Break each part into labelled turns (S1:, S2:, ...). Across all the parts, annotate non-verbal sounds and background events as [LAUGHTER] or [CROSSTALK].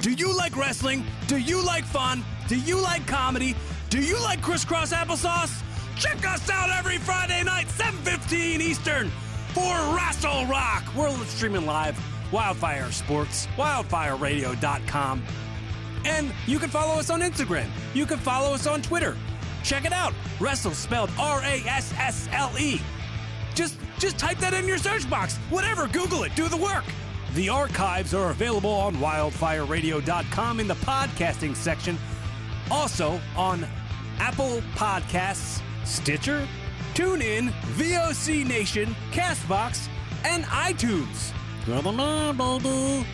S1: Do you like wrestling? Do you like fun? Do you like comedy? Do you like crisscross applesauce? Check us out every Friday night, 7.15 Eastern, for Wrestle Rock. We're streaming live, Wildfire Sports, wildfireradio.com. And you can follow us on Instagram. You can follow us on Twitter. Check it out. Wrestle spelled R-A-S-S-L-E. Just just type that in your search box. Whatever, Google it, do the work. The archives are available on wildfireradio.com in the podcasting section, also on Apple Podcasts, Stitcher, TuneIn, VOC Nation, Castbox, and iTunes. You're the man, baby.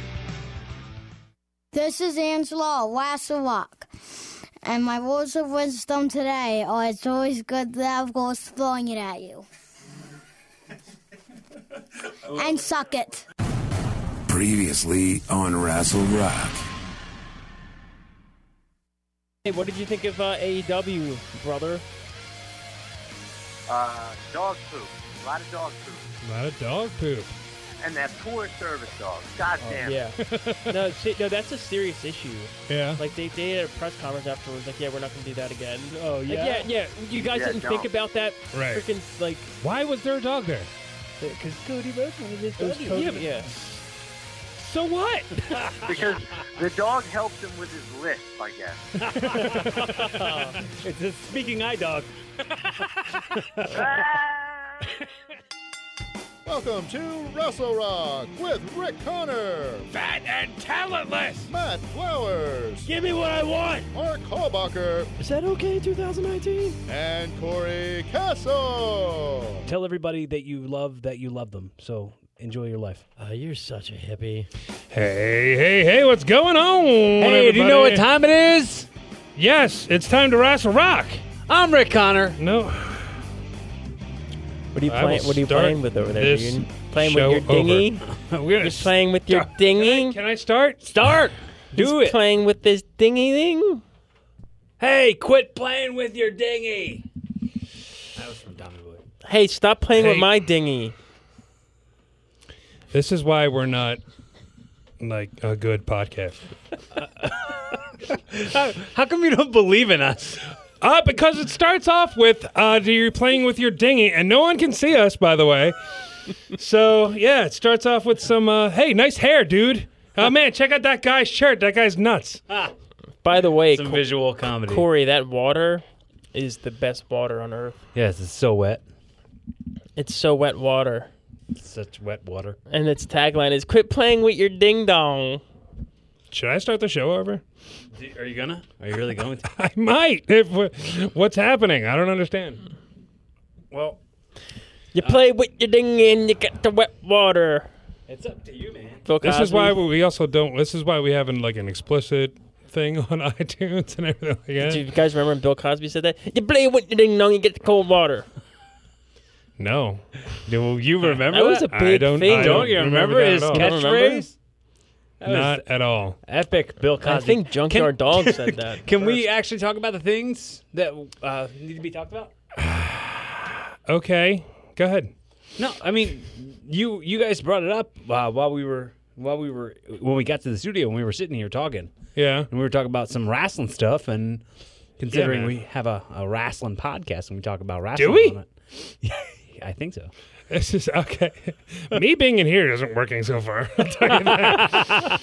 S2: This is Angela Lasserock, and my words of wisdom today are it's always good to have girls throwing it at you. and suck it.
S3: Previously on Wrestle Rock.
S4: Hey, what did you think of uh, AEW, brother?
S5: Uh, dog poop. A lot of dog poop.
S6: A lot of dog poop. Oh,
S5: And that poor service dog. God damn.
S4: Yeah.
S6: [LAUGHS]
S4: no, shit, no, that's a serious issue.
S6: Yeah.
S4: Like they, they had a press conference afterwards, like, yeah, we're not gonna do that again.
S6: oh
S4: Like, yeah,
S6: yeah.
S4: yeah. You guys
S5: Yeah,
S4: didn't
S5: no.
S4: think about that
S6: Right.
S4: freaking like
S6: Why was there a dog there?
S4: because Cody Rhodes was his buddy.
S6: Cody-
S4: Yeah, but- yeah. So what?
S5: Because the dog helped him with his lisp, I guess.
S6: [LAUGHS] It's a speaking
S5: [LAUGHS]
S6: eye dog.
S5: Ah!
S7: Welcome to Russell Rock with Rick Connor,
S6: Fat and talentless.
S7: Matt Flowers,
S4: Give me what I want.
S7: Mark Hallbacher,
S4: Is that okay? 2019.
S7: and Corey Castle.
S1: Tell everybody that you love that you love them. So enjoy your life.
S4: Oh, you're such a hippie.
S6: Hey, hey, hey, what's going on?
S8: Hey, do you know what
S6: everybody?
S8: time it is?
S6: Yes, it's time to wrestle rock.
S8: I'm Rick Connor. [LAUGHS]
S6: No,
S4: What are you
S6: I
S4: playing?
S6: will
S4: What are you
S6: start
S4: playing with over there,
S6: this
S4: dude? Playing
S6: show
S4: with your dinghy?
S6: we're gonna
S4: You're playing with your
S6: start-
S4: dinghy?
S6: [LAUGHS] Can I start?
S8: Start. Do
S4: He's
S8: it.
S4: Playing with this dinghy thing.
S8: hey, quit playing with your dinghy.
S1: That was from Tommy Boy.
S4: Hey, stop playing with
S6: Hey.
S4: my dinghy.
S6: This is why we're not like a good podcast.
S8: [LAUGHS] How come you don't believe in us?
S6: Uh, because it starts off with uh, do you're playing with your dinghy, and no one can see us, by the
S8: [LAUGHS]
S6: way. so yeah, it starts off with some uh, hey, nice hair, dude. Oh man, check out that guy's shirt. That guy's nuts.
S4: By the way,
S8: Some
S4: Co-
S8: visual comedy.
S4: Corey, that water is the best water on earth.
S8: Yes, it's so wet.
S4: It's so wet water.
S8: It's such wet water.
S4: And its tagline is "Quit playing with your ding dong."
S6: Should I start the show over?
S8: Are you gonna? Are you really going to?
S6: I might. If what's happening, I don't understand.
S8: well, Uh.
S4: You play with your dinghy and you get the wet water.
S8: it's up to you, man.
S4: Phil
S6: This is why
S4: Cosby.
S6: we also don't. This is why we haven't like an explicit thing on [LAUGHS] iTunes and everything like that.
S4: Do you guys remember when Bill Cosby said that? You play with your ding dong, you get the cold water.
S6: No, do you
S4: [LAUGHS]
S6: remember?
S4: That was a
S6: I
S4: big
S6: don't,
S4: thing.
S6: I
S8: Uh, Don't you remember,
S6: that
S8: his
S6: at all.
S4: catch-
S8: catchphrase? That was
S6: Not at all.
S8: epic, Bill Cosby.
S4: I think Junkyard Dog
S8: Can-
S4: said that.
S8: Can we actually talk about the things that uh, need to be talked about?
S6: Okay, go ahead.
S8: No, I mean, you you guys brought it up uh, while we were while we were when we got to the studio when we were sitting here talking
S6: Yeah.
S8: and we were talking about some wrestling stuff and considering
S6: man.
S8: we have a, a wrestling podcast and we talk about wrestling.
S6: we?
S8: on it. [LAUGHS] I think so.
S6: This is okay. Me being in here isn't working so far. I'll tell you that.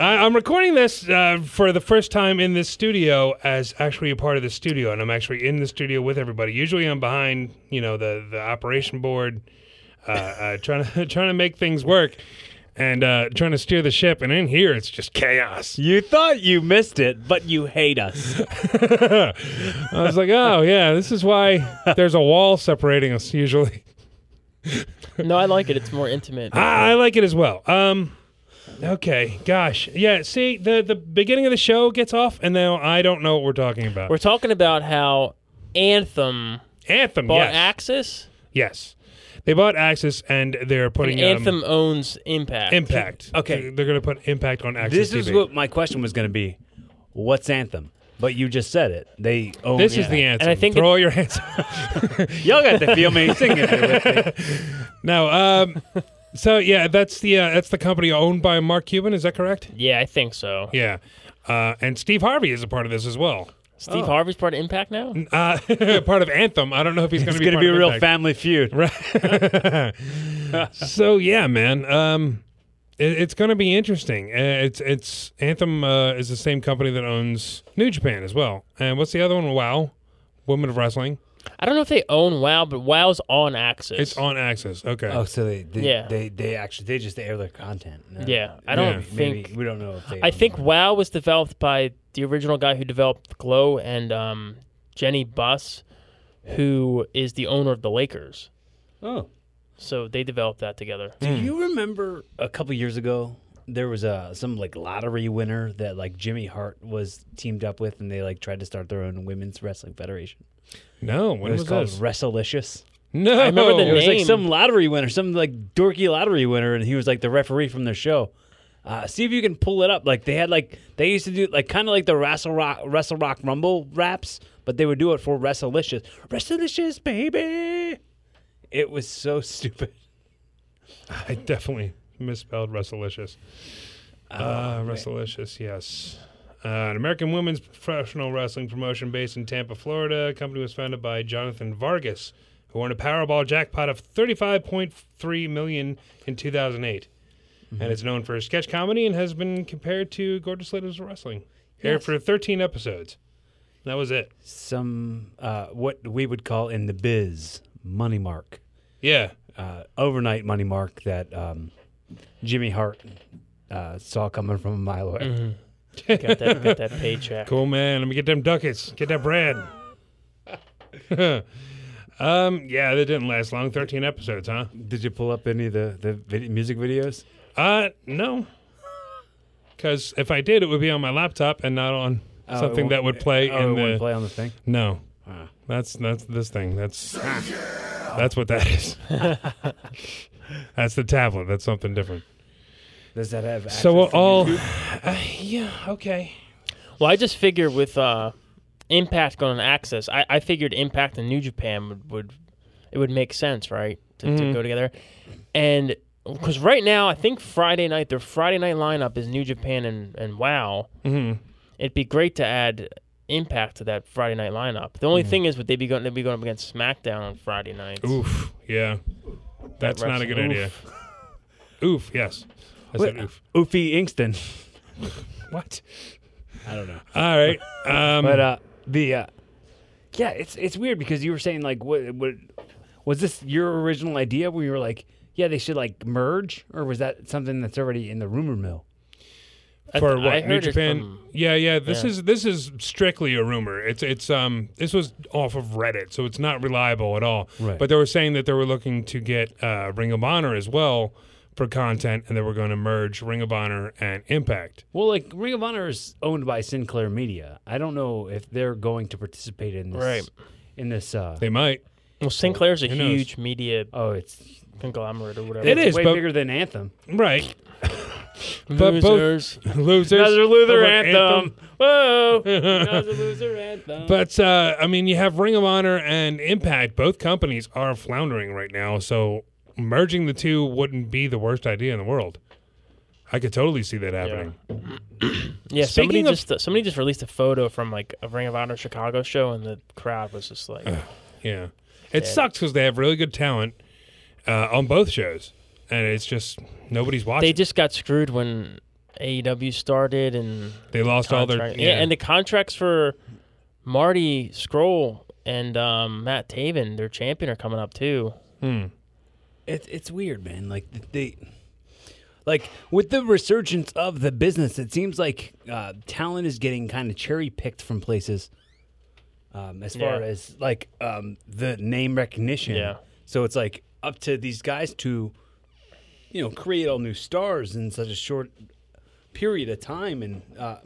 S6: I, I'm recording this uh, for the first time in this studio as actually a part of the studio, and I'm actually in the studio with everybody. Usually, I'm behind, you know, the the operation board, uh, uh, [LAUGHS] trying to trying to make things work. And uh, trying to steer the ship, and in here it's just chaos.
S8: You thought you missed it, but you hate us.
S6: I was like, "Oh yeah, this is why there's a wall separating us." Usually,
S4: [LAUGHS] No, I like it. It's more intimate.
S6: I, I like it as well. Um, okay, gosh, yeah. See, the the beginning of the show gets off, and now I don't know what we're talking about.
S4: We're talking about how Anthem
S6: Anthem,
S4: bought
S6: yes,
S4: Axis,
S6: yes. They bought Axis, and they're putting
S4: and
S6: um,
S4: Anthem owns Impact.
S6: Impact.
S8: Okay.
S6: they're, going to put Impact on Axis.
S8: this is
S6: TV.
S8: what my question was going to be. What's Anthem? But you just said it. They own
S6: This is the
S8: Anthem.
S6: answer.
S4: I think
S6: throw
S4: it-
S6: all your hands.
S8: [LAUGHS] Y'all got to feel me singing.
S6: no, um, [LAUGHS] So yeah, that's the uh, that's the company owned by Mark Cuban. Is that correct?
S4: Yeah, I think so.
S6: [LAUGHS] Yeah. Uh, and Steve Harvey is a part of this as well. [LAUGHS]
S4: Steve Harvey's part of Impact now.
S6: Uh, part of Anthem. I don't know if he's going to
S8: It's
S6: be.
S8: going to
S6: part
S8: be
S6: of
S8: a real
S6: Impact.
S8: family feud.
S6: So yeah, man. Um, it, it's going to be interesting. Uh, it's it's Anthem uh, is the same company that owns New Japan as well. And what's the other one? Wow, Women of Wrestling.
S4: I don't know if they own WoW, but WoW's on Axis.
S6: It's on Access. Okay.
S8: Oh, so they, they
S4: Yeah.
S8: they they actually they just air their content. No,
S4: Yeah, I don't
S8: maybe- maybe-
S4: think-
S8: we don't know if they.
S4: I think WoW was developed by the original guy who developed Glow and um, Jenny Buss, who is the owner of the Lakers.
S8: Oh,
S4: So they developed that together.
S8: do you remember a couple years ago there was uh, some like lottery winner that like Jimmy Hart was teamed up with, and they like tried to start their own women's wrestling federation.
S6: no. When
S8: It was,
S6: was
S8: called
S6: this?
S8: Wrestlelicious.
S6: No.
S4: I remember
S8: It
S4: the
S8: was like
S4: Name.
S8: some lottery winner, some like dorky lottery winner, and he was like the referee from their show. Uh, see if you can pull it up. Like they had like they used to do like kind of like the Wrestle Rock Wrestle Rock Rumble raps, but they would do it for Wrestlelicious. Wrestlelicious, baby. It was so [LAUGHS] stupid.
S6: I definitely misspelled Wrestlelicious. Uh, Wrestlelicious, yes. Uh, an American women's professional wrestling promotion based in Tampa, Florida. company was founded by Jonathan Vargas, who won a Powerball jackpot of 35.3 million in 2008. And is known for sketch comedy and has been compared to Gorgeous Ladies of Wrestling. Aired for 13 episodes. That was it.
S8: Some uh, what we would call in the biz money mark,
S6: Yeah.
S8: uh, overnight money mark that um, Jimmy Hart uh, saw coming from a mile away.
S4: Got that, got that paycheck.
S6: Cool man, let me get them ducats. Get that bread. [LAUGHS] um, yeah, that didn't last long. Thirteen episodes, huh?
S8: Did you pull up any of the the vid- music videos?
S6: Uh, no. Because if I did, it would be on my laptop and not on
S8: it
S6: something
S8: won't-
S6: that would play
S8: Oh, it
S6: in
S8: wouldn't
S6: the
S8: play on the thing.
S6: no. That's that's this thing. That's that's what that is. [LAUGHS] that's the tablet. That's something different.
S8: Does that have?
S6: So we'll all, Uh, yeah, okay.
S4: Well, I just figure with uh, Impact going on Access, I, I figured Impact and New Japan would, would it would make sense, right, to,
S6: Mm-hmm.
S4: to go together. And because right now, I think Friday night their Friday night lineup is New Japan and and Wow. Mm-hmm. It'd be great to add Impact to that Friday night lineup. The
S6: Mm-hmm.
S4: only thing is, would they be going? They'd be going up against SmackDown on Friday night.
S6: Oof. Yeah. That's not a good
S4: wrestling-
S6: idea. Oof. Yes. I said oof.
S8: Oofy Inkston. [LAUGHS]
S6: What?
S8: I don't know.
S6: All right. Um,
S8: But uh, the uh, yeah, it's it's weird because you were saying like what what was this your original idea where you were like yeah they should like merge or was that something that's already in the rumor mill?
S4: I-
S6: for
S4: I
S6: what New
S4: heard it
S6: Japan?
S4: from-
S6: yeah, yeah. This is this is strictly a rumor. It's it's um this was off of Reddit, so it's not reliable at all.
S8: Right.
S6: But they were saying that they were looking to get uh, Ring of Honor as well for content, and they were going to merge Ring of Honor and Impact.
S8: Well, like Ring of Honor is owned by Sinclair Media. I don't know if they're going to participate in this.
S4: Right.
S8: In this. Uh,
S6: They might.
S4: Well, Sinclair's a
S6: Who knows?
S4: huge media
S8: oh, it's
S4: conglomerate or whatever.
S6: It is,
S8: way
S6: but-
S8: bigger than Anthem.
S6: Right. [LAUGHS] But both losers.
S8: Another Luther
S6: Over
S8: anthem.
S6: [LAUGHS]
S8: Whoa! Another loser anthem.
S6: But uh, I mean, you have Ring of Honor and Impact. Both companies are floundering right now, so merging the two wouldn't be the worst idea in the world. I could totally see that happening.
S4: Yeah,
S6: Speaking
S4: somebody
S6: of-
S4: just somebody just released a photo from like a Ring of Honor Chicago show, and the crowd was just like,
S6: Yeah, it sucks because they have really good talent uh, on both shows, and it's just nobody's watching.
S4: they just got screwed when AEW started, and
S6: They lost all their
S4: contract- yeah. and the contracts for Marty Scroll and um, Matt Taven, their champion, are coming up too.
S8: It's it's weird, man. Like th- they, like with the resurgence of the business, it seems like uh, talent is getting kind of cherry picked from places. Um, as far
S4: Yeah.
S8: as like um, the name recognition,
S4: Yeah.
S8: So it's like up to these guys to, you know, create all new stars in such a short period of time, and uh,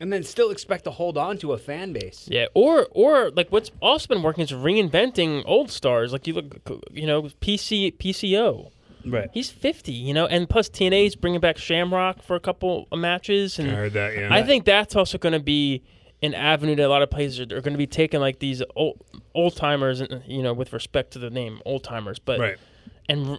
S8: and then still expect to hold on to a fan base.
S4: Yeah, or or like what's also been working is reinventing old stars. Like you look, you know, PC PCO.
S8: Right.
S4: He's fifty, you know, and plus TNA's bringing back Shamrock for a couple of matches, and
S6: I heard that. Yeah,
S4: I think that's also going to be an avenue that a lot of places are, are going to be taking, like these old old timers, you know, with respect to the name old timers, but
S6: right.
S4: and r-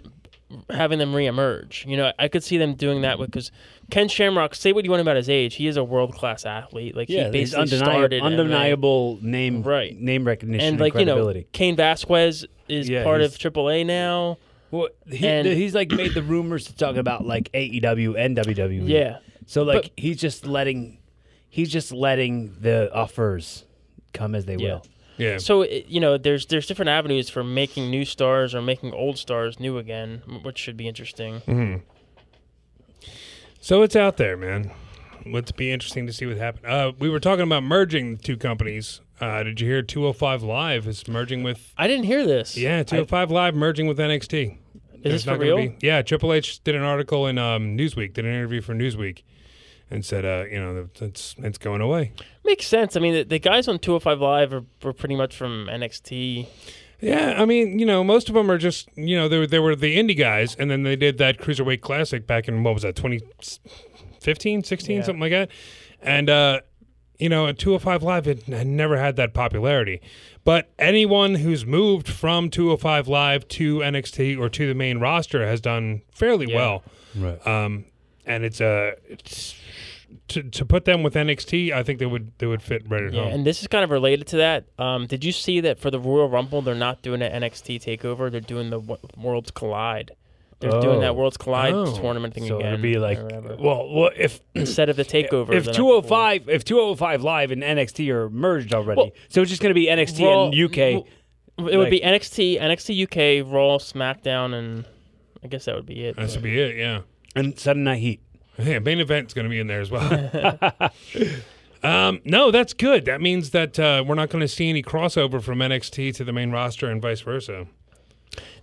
S4: having them reemerge. You know, I could see them doing that because Ken Shamrock. Say what you want about his age, he is a world class athlete. Like
S8: Yeah,
S4: he
S8: he's
S4: basically started
S8: undeniable,
S4: MMA.
S8: undeniable name
S4: Right.
S8: name recognition
S4: and
S8: and,
S4: like you know,
S8: credibility.
S4: Kane Vasquez is
S8: Yeah,
S4: part of
S8: he's-
S4: AAA now.
S8: Well, he,
S4: And-
S8: he's like made the rumors to talk about like AEW and WWE.
S4: Yeah.
S8: So like
S4: But-
S8: he's just letting he's just letting the offers come as they
S4: Yeah.
S8: will.
S6: Yeah.
S4: So it- you know, there's there's different avenues for making new stars or making old stars new again, which should be interesting.
S6: So it's out there, man. Let's be interesting to see what happens. Uh, we were talking about merging the two companies. Uh, did you hear 205 Live is merging with?
S4: I didn't hear this.
S6: Yeah, 205 Live merging with NXT.
S4: is this
S6: It's
S4: for
S6: not gonna
S4: real?
S6: Be, yeah, Triple H did an article in um, Newsweek, did an interview for Newsweek, and said, uh, you know, that it's it's going away.
S4: Makes sense. I mean, the, the guys on 205 Live are, were pretty much from NXT.
S6: Yeah, I mean, you know, most of them are just, you know, there there were the indie guys, and then they did that cruiserweight classic back in what was that, 2015, 16,
S4: Yeah.
S6: something like that, and uh, you know, at 205 Live had, had never had that popularity, but anyone who's moved from 205 Live to NXT or to the main roster has done fairly
S4: Yeah.
S6: well.
S8: Right.
S6: Um, and it's uh, it's to to put them with NXT, I think they would they would fit right at
S4: Yeah,
S6: home.
S4: and this is kind of related to that. Um, did you see that for the Royal Rumble, they're not doing an NXT takeover; they're doing the Wo- Worlds Collide. They're doing
S8: Oh.
S4: that Worlds Collide
S6: Oh.
S4: tournament thing
S8: So
S4: again.
S8: it'll be like
S4: or whatever.
S8: well, well if
S4: instead of the takeover.
S8: if
S4: the night
S8: 205 if 205 live and NXT are merged already.
S4: Well,
S8: so it's just going to be NXT
S4: Raw-
S8: and UK.
S4: before. it would be
S8: like-
S4: NXT, NXT UK, Raw, SmackDown, and I guess that would be it.
S6: That should be it. Yeah.
S8: and Sunday Night Heat.
S6: [LAUGHS] Yeah, main event's going to be in there as well.
S4: [LAUGHS]
S6: [LAUGHS] um, no, that's good. That means that uh, we're not going to see any crossover from NXT to the main roster and vice versa.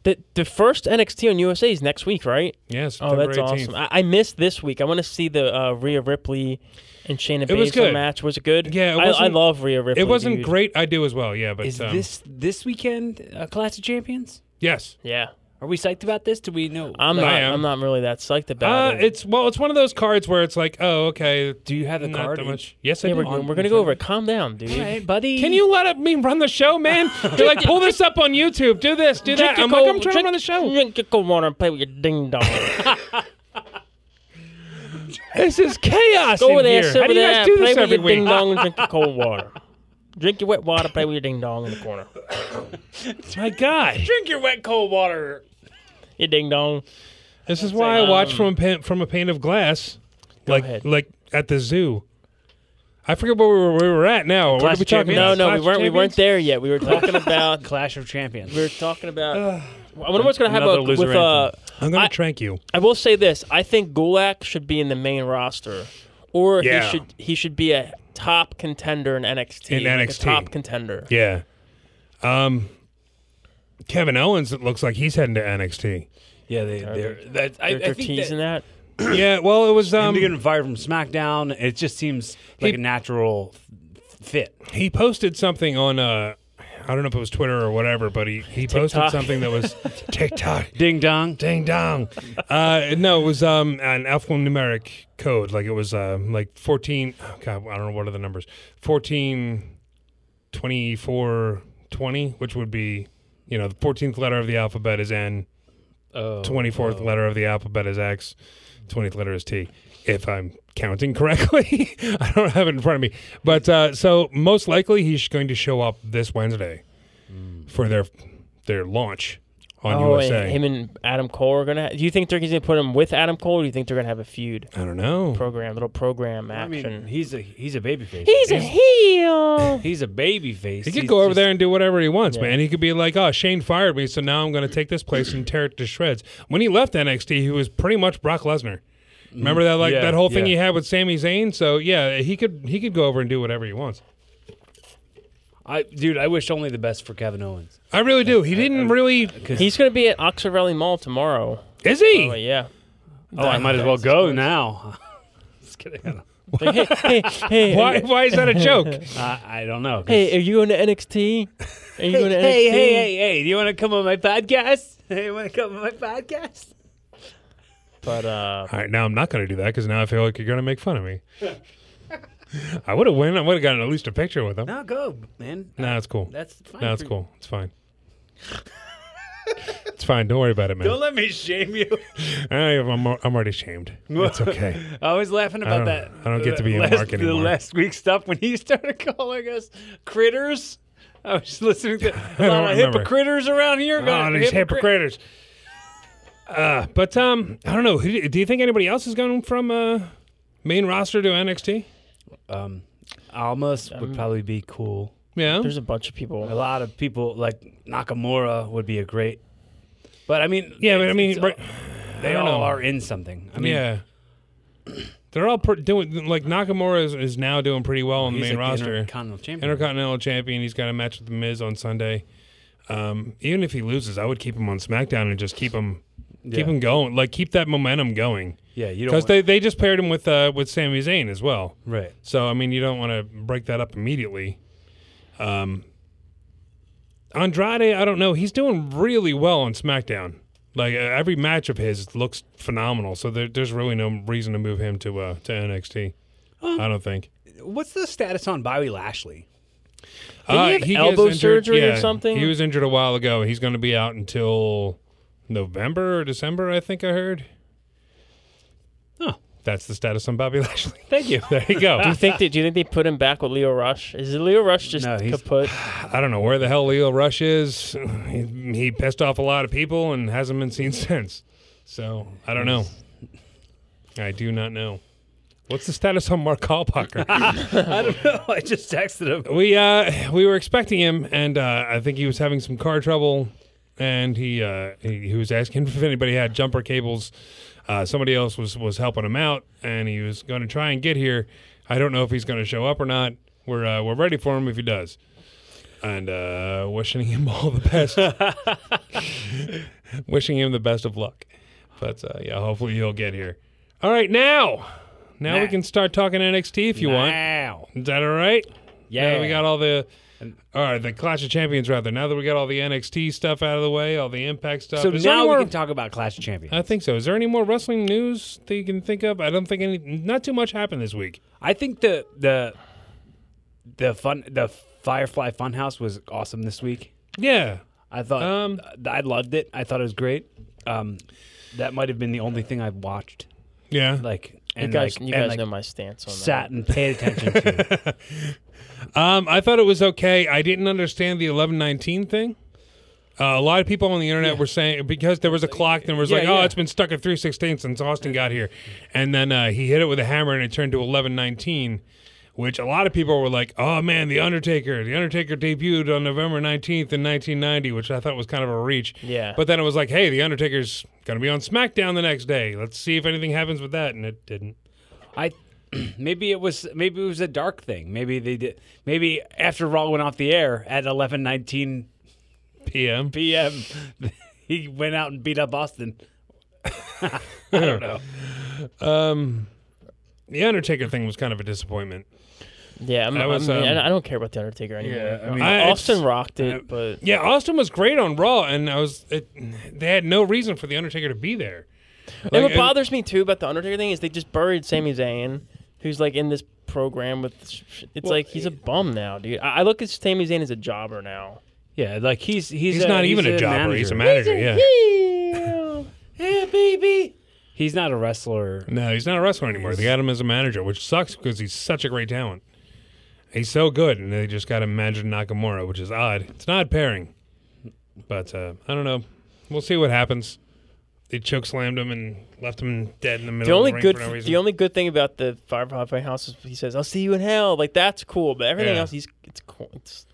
S4: The the first NXT on USA is next week, right?
S6: Yes.
S4: Oh, that's awesome. I, I missed this week. I want to see the uh, Rhea Ripley and Shayna
S6: It was
S4: Baszler
S6: good.
S4: match. Was it good?
S6: Yeah, it
S4: I, I
S6: wasn't-
S4: love Rhea Ripley.
S6: It wasn't
S4: dude.
S6: great. I do as well. Yeah, but
S8: Is
S6: um,
S8: this this weekend uh, Clash of Champions?
S6: yes.
S4: Yeah,
S8: Are we psyched about this? Do we know?
S4: I'm
S6: I
S4: not.
S6: am.
S4: I'm not really that psyched about
S6: Uh,
S4: it.
S6: it's well, it's one of those cards where it's like, oh, okay.
S8: Do you have the
S6: not
S8: card?
S6: that much. Yes, I
S4: Yeah,
S6: do.
S4: we're, we're gonna go over it. Calm down, dude.
S8: All right, buddy.
S6: Can you let me run the show,
S4: [LAUGHS]
S6: man? You're like, pull this up on YouTube. Do this. Do that. I'm like, I'm trying to run the show.
S4: Drink your cold water and play with your ding dong.
S6: This is chaos.
S4: Go over
S6: in
S4: there,
S6: here.
S4: sit
S6: How
S4: over
S6: do you
S4: there,
S6: guys do
S4: play
S6: this
S4: with
S6: every
S4: your ding
S6: week?
S4: dong and drink your cold water. [LAUGHS] Drink your wet water, play with your ding dong in the corner.
S6: Oh, My God.
S8: drink your wet cold water?
S4: Your ding dong.
S6: This is why I watch from a pan, from a pane of glass, like
S4: ahead.
S6: like at the zoo. I forget where we were, we were at now. what
S8: Clash
S6: are we
S8: of
S6: talking
S4: No,
S8: Champions.
S6: about?
S4: no, we
S6: Clash
S4: weren't. We
S6: of
S4: weren't
S6: Champions?
S4: there yet. We were
S6: [LAUGHS]
S4: talking about.
S8: Clash of Champions.
S4: We were talking
S6: [SIGHS]
S4: about. I wonder what's going to
S8: Another
S4: happen
S8: loser
S4: with. Uh,
S6: I'm gonna
S4: I-
S6: trank you.
S4: I will say this: I think Gulak should be in the main roster, or
S6: Yeah.
S4: he should he should be a top contender in NXT.
S6: In
S4: like a
S6: NXT.
S4: top contender.
S6: Yeah. Um, Kevin Owens. It looks like he's heading to NXT.
S8: yeah, they, they're, that,
S4: They're,
S8: I, I
S4: they're
S8: think that,
S4: teasing that.
S6: yeah. Well, it was
S8: him
S6: um.
S8: getting fired from SmackDown. It just seems like a natural f- fit.
S6: He posted something on uh. I don't know if it was Twitter or whatever, but he, he posted
S4: TikTok.
S6: something that
S4: [LAUGHS]
S6: was TikTok.
S8: Ding dong.
S6: Ding dong. Uh, no, it was um, an alphanumeric code. Like it was um, like 14. oh, God, I don't know what are the numbers. 14, 24, 20, which would be, you know, the 14th letter of the alphabet is N,
S8: Oh,
S6: 24th letter of the alphabet is X, 20th letter is T. If I'm counting correctly, [LAUGHS] I don't have it in front of me. But uh, so most likely he's going to show up this Wednesday for their their launch on
S4: Oh,
S6: USA.
S4: and him and Adam Cole are gonna. Do you think they're gonna put him with Adam Cole? Or do you think they're gonna have a feud
S6: I don't know.
S4: program, little program
S8: I
S4: action?
S8: mean, he's a he's a babyface.
S4: he's a heel.
S8: [LAUGHS] he's a babyface.
S6: He could go over there and do whatever he wants,
S4: Yeah.
S6: man. He could be like, "Oh, Shane fired me, so now I'm going to take this place and tear it to shreds." When he left NXT, he was pretty much Brock Lesnar. Remember that like
S8: Yeah,
S6: that whole thing
S8: yeah.
S6: he had with Sami Zayn? So yeah, he could he could go over and do whatever he wants.
S8: I, dude, I wish only the best for Kevin Owens.
S6: I really do. He didn't really.
S4: He's gonna be at Oxerelli Mall tomorrow.
S6: Is
S4: Oh
S6: he?
S4: yeah.
S8: Oh, I might as well go now. just kidding.
S4: hey, hey, hey,
S6: Why? Why is that a joke?
S8: I, I don't know. 'cause-
S4: Hey, are you going to NXT? Are you going to
S8: hey,
S4: NXT?
S8: hey, hey, hey, do you want to come on my podcast? [LAUGHS] Hey, you want to come on my podcast?
S4: But uh,
S6: All right, now I'm not going to do that because now I feel like you're going to make fun of me. I would have win. I would have gotten at least a picture with him.
S8: No, go, man.
S6: No, it's cool.
S8: That's fine.
S6: No, it's
S8: for-
S6: cool. It's fine. It's fine. Don't worry about it, man.
S8: Don't [LAUGHS] let me shame you.
S6: I, am I'm already shamed. It's okay.
S8: [LAUGHS] I was laughing
S6: don't-
S8: about that. uh,
S6: I don't get to be in
S8: last,
S6: Mark
S8: The
S6: anymore.
S8: last week's stuff when he [LAUGHS] started calling us critters. I was just listening [LAUGHS] to a
S6: don't
S8: lot of
S6: remember.
S8: hypocritters around here.
S6: Oh,
S8: got
S6: these
S8: hypocrite-
S6: hypocrites. Uh, but um, I don't know. Who, do you think anybody else has gone from uh, main roster to NXT?
S8: Um, Almas would
S6: Mm.
S8: probably be cool.
S6: Yeah.
S4: There's a bunch of people.
S8: A lot of people like Nakamura would be a great. But I mean,
S6: yeah, but I
S8: it's-
S6: mean,
S8: it's
S6: right,
S8: all- they all
S6: don't know.
S8: are in something. I mean,
S6: yeah, they're all pr- doing like Nakamura is, is now doing pretty well on the
S8: he's
S6: main
S8: like the
S6: roster.
S8: Intercontinental champion.
S6: Intercontinental champion. He's got a match with the Miz on Sunday. Um, even if he loses, I would keep him on SmackDown and just keep him, keep
S8: Yeah.
S6: him going. Like keep that momentum going.
S8: yeah, you don't
S6: Because
S8: want-
S6: they, they just paired him with uh, with Sami Zayn as well.
S8: right.
S6: So I mean, you don't want to break that up immediately. Um, Andrade, I don't know. He's doing really well on SmackDown. Like uh, every match of his looks phenomenal. So there, there's really no reason to move him to uh, to NXT. I don't think.
S8: What's the status on Bobby Lashley?
S4: he have elbow surgery or
S6: yeah,
S4: something?
S6: He was injured a while ago. He's going to be out until November or December, I think I heard.
S8: Huh.
S6: That's the status on Bobby [LAUGHS] Lashley.
S4: Thank you.
S6: there
S4: [LAUGHS]
S6: you go.
S4: Do you think? They, do you think they put him back with Leo Rush? Is it Leo Rush just
S8: No, he's- [SIGHS]
S4: kaput?
S6: I don't know where the hell Leo Rush is. He, he pissed off a lot of people and hasn't been seen [LAUGHS] since. So I don't know. I do not know. What's the status on Mark
S4: [LAUGHS]
S6: Kalpacher?
S8: I don't know. [LAUGHS] I just texted him.
S6: we uh, we were expecting him, and uh, I think he was having some car trouble, and he uh, he, he was asking [LAUGHS] if anybody had jumper cables. Uh, somebody else was was helping him out, and he was going to try and get here. I don't know if he's going to show up or not. We're uh, we're ready for him if he does, and uh, wishing him [LAUGHS] all the best. wishing him the best of luck. But uh, yeah, hopefully he'll get here. All right, now. Now we
S8: Nah.
S6: can start talking NXT if you want.
S8: Wow.
S6: Is that all right? Now
S8: Yeah.
S6: that we got all the all right, the Clash of Champions rather. Now that we got all the NXT stuff out of the way, all the Impact stuff.
S8: So
S6: is there
S8: now
S6: any
S8: we
S6: more-
S8: can talk about Clash of Champions.
S6: I think so. Is there any more wrestling news that you can think of? I don't think any. Not too much happened this week.
S8: I think the the the fun the Firefly Funhouse was awesome this week.
S6: Yeah,
S8: I thought uh,
S6: Um,
S8: I loved it. I thought it was great. Um, that might have been the only thing I've watched.
S6: yeah.
S8: Like
S4: You
S8: and
S4: guys,
S8: like,
S4: you
S8: and,
S4: guys
S8: like,
S4: know my stance on that.
S8: sat and paid attention to.
S6: Um, I thought it was okay. I didn't understand the eleven nineteen thing. Uh, a lot of people on the internet were saying because there was a clock, and there was
S8: Yeah,
S6: like, oh,
S8: yeah.
S6: it's been stuck at three sixteen since Austin got here, and then uh, he hit it with a hammer, and it turned to eleven nineteen, which a lot of people were like, oh man, the Undertaker, the Undertaker debuted on November nineteenth in nineteen ninety, which I thought was kind of a reach.
S4: Yeah.
S6: But then it was like, hey, the Undertaker's gonna be on SmackDown the next day. Let's see if anything happens with that, and it didn't.
S8: [LAUGHS] I [CLEARS THROAT] maybe it was maybe it was a dark thing. Maybe they did. Maybe after Raw went off the air at eleven nineteen
S6: PM.
S8: p.m., [LAUGHS] he went out and beat up Austin.
S6: The Undertaker thing was kind of a disappointment.
S4: Yeah, I'm,
S6: I
S4: I,
S6: was,
S4: mean, I
S6: um,
S4: don't- I don't care about the Undertaker anymore.
S6: I mean, I-
S4: Austin
S6: it's-
S4: rocked it, but
S6: Yeah, Austin was great on Raw, and I was it, they had no reason for the Undertaker to be there.
S4: and
S6: Like,
S4: what
S6: and-
S4: bothers me too about the Undertaker thing is they just buried Sami Zayn, who's like in this program with. sh- sh- It's like he's a bum now, dude. I, I look at Sami Zayn as a jobber now.
S8: Yeah, like he's he's
S6: He's
S8: a-
S6: not even a, jobber; he's a manager. yeah,
S8: Yeah, baby. He's not a wrestler.
S6: no, he's not a wrestler anymore. They got him as a manager, which sucks because he's such a great talent. He's so good, and they just got him managing Nakamura, which is odd. It's an odd pairing, but uh, I don't know. We'll see what happens. They choke slammed him and left him dead in the middle.
S4: The only
S6: of the ring
S4: good,
S6: for no reason.
S4: the only good thing about the Firefly Funhouse is he says, "I'll see you in hell." Like that's cool, but everything
S6: Yeah.
S4: else, he's it's cool.
S6: [LAUGHS]
S4: It's,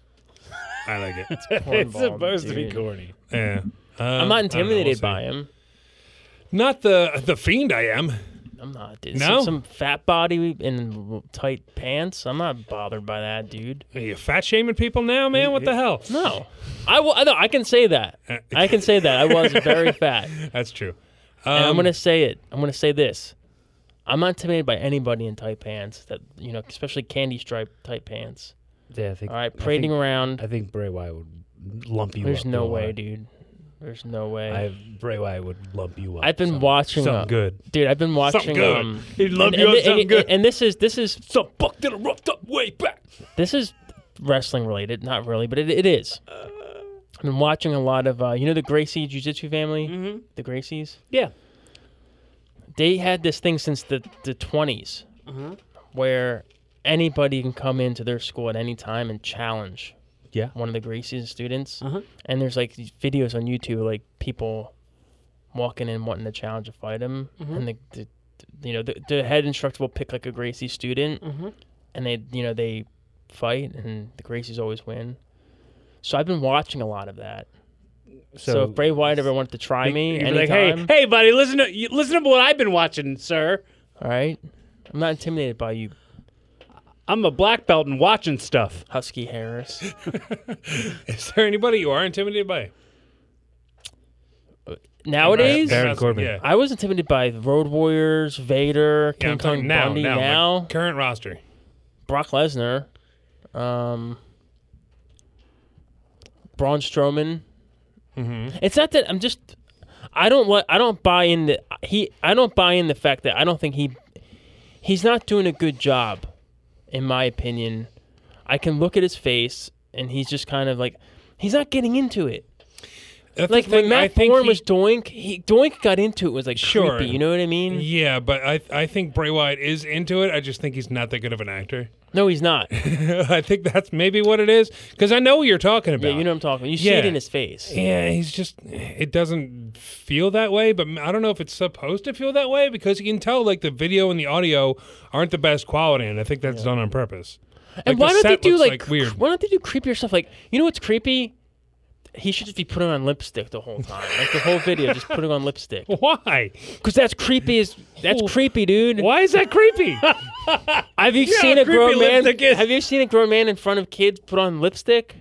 S6: I like it. [LAUGHS]
S4: it's
S8: corny.
S6: yeah,
S4: I'm not
S6: Uh, I don't know. We'll
S4: intimidated
S6: see.
S4: by him.
S6: Not the the fiend I am.
S4: I'm not, dude.
S6: No?
S4: Some, some fat body in tight pants. I'm not bothered by that, dude.
S6: Are you fat shaming people now, man? What the hell?
S4: No, I will. I, know- I can say that.
S6: Uh,
S4: I can say that. I was
S6: [LAUGHS]
S4: very fat, and
S6: That's true.
S4: I'm
S8: Um,
S4: gonna say it. I'm gonna say this. I'm not intimidated by anybody in tight pants. That you know, especially candy stripe tight pants.
S8: Yeah, I think.
S4: All right,
S8: I
S4: parading
S8: think,
S4: around.
S8: I think Bray Wyatt would lump you.
S4: There's
S8: up
S4: no
S8: real
S4: way,
S8: hard.
S4: dude. There's no way.
S8: I Bray Wyatt would lump you up.
S4: I've been
S8: some-
S4: watching
S8: something
S4: uh,
S8: good.
S4: dude. I've been watching.
S6: good.
S4: Um,
S8: He'd love
S4: and,
S8: you
S4: and,
S8: up
S4: thi-
S8: something
S4: and-
S8: good.
S4: and this is this is
S8: Some buck that roughed up way back. Uh,
S4: this is wrestling related, not really, but it, it is. I've been watching a lot of uh, you know the Gracie Jiu-Jitsu family, mm-hmm. the Gracies.
S8: Yeah.
S4: They had this thing since the the 20s
S8: Uh-huh.
S4: where anybody can come into their school at any time and challenge
S8: Yeah. Uh-huh.
S4: one of the Gracie students. And there's like these videos on YouTube, like people walking in wanting to challenge to fight him,
S8: Mm-hmm.
S4: and the, the you know the, the head instructor will pick like a Gracie student,
S8: Mm-hmm.
S4: and they you know they fight, and the Gracies always win. So I've been watching a lot of that. So, if Bray Wyatt ever wanted to try me,
S8: You'd be
S4: anytime,
S8: like, hey, hey, buddy, listen to you- listen to what I've been watching, sir.
S4: all right, I'm not intimidated by you,
S8: I'm a black belt and watching stuff.
S4: Husky
S6: [GASPS]
S4: Harris.
S6: Is there anybody you are intimidated by?
S4: Nowadays,
S8: Baron Corbin.
S6: Yeah.
S4: I was intimidated by the Road Warriors, Vader,
S6: Yeah,
S4: King
S6: I'm
S4: Kong
S6: talking now,
S4: Bundy,
S6: now, like,
S4: now
S6: current roster.
S4: Brock Lesnar, um, Braun Strowman.
S6: Mm-hmm.
S4: It's not that I'm just. I don't like. I don't buy in the he. I don't buy in the fact that I don't think he. He's not doing a good job, in my opinion. I can look at his face, and he's just kind of like, he's not getting into it.
S6: That's the
S4: Like
S6: thing,
S4: when
S6: I
S4: Matt
S6: think
S4: Thorne
S6: he-
S4: was Doink, he Doink got into it. Was like
S6: Sure.
S4: creepy. You know what I mean?
S6: Yeah, but I I think Bray Wyatt is into it. I just think he's not that good of an actor. [LAUGHS]
S4: No, he's not.
S6: I think that's maybe what it is because I know what you're talking about.
S4: Yeah, you know what I'm talking. about. You see it
S6: Yeah.
S4: in his face.
S6: Yeah, he's just it doesn't feel that way, but I don't know if it's supposed to feel that way because you can tell like the video and the audio aren't the best quality, and I think that's done on purpose.
S4: And
S6: Like,
S4: why
S6: the
S4: don't they
S6: set
S4: do
S6: looks,
S4: like,
S6: like, weird?
S4: Why don't they do creepier stuff? Like you know what's creepy? He should just be putting on lipstick the whole time, like the whole video, just putting on
S6: [LAUGHS]
S4: lipstick.
S6: Why?
S4: Because that's creepy. Is that's creepy, dude?
S6: Why is that
S4: [LAUGHS]
S6: creepy?
S4: Have you
S6: know
S4: seen
S6: how
S4: a grown
S6: creepy
S4: man?
S6: lipstick is.
S4: Have you seen a grown man in front of kids put on
S6: [LAUGHS]
S4: lipstick?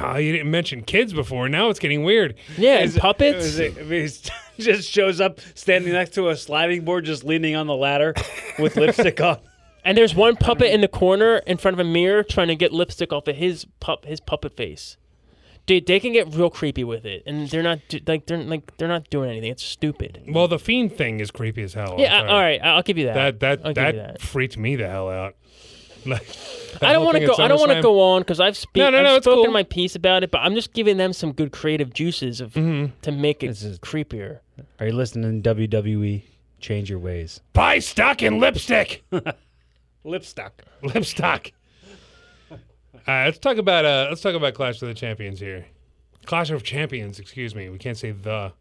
S6: oh, you didn't mention kids before. Now it's getting weird.
S4: Yeah, and puppets.
S8: Is it- I mean, he's- [LAUGHS] just shows up standing next to a sliding board, just leaning on the ladder [LAUGHS] with lipstick on.
S4: And there's one puppet in the corner in front of a mirror trying to get lipstick off of his pup his puppet face. Dude, they can get real creepy with it, and they're not do- like they're like they're not doing anything. It's stupid.
S6: Well, the fiend thing is creepy as hell. I'm
S4: Yeah, I-
S6: sorry.
S4: all right, I- I'll give you that.
S6: That
S4: I'll give
S6: that that,
S4: you
S6: [LAUGHS]
S4: that.
S6: freaked me the hell out. Like,
S4: I don't want to go. I don't want to go on because I've speak,
S6: No, no, no,
S4: I've
S6: it's
S4: spoken
S6: cool.
S4: my piece about it, but I'm just giving them some good creative juices of
S6: Mm-hmm.
S4: to make it
S8: is-
S4: creepier.
S8: Are you listening, WWE? E? Change your ways.
S6: Buy stock in lipstick.
S4: [LAUGHS]
S8: Lipstock.
S6: Lipstock. All right, let's talk about uh, let's talk about Clash of the Champions here. Clash of Champions, excuse me. We can't say the.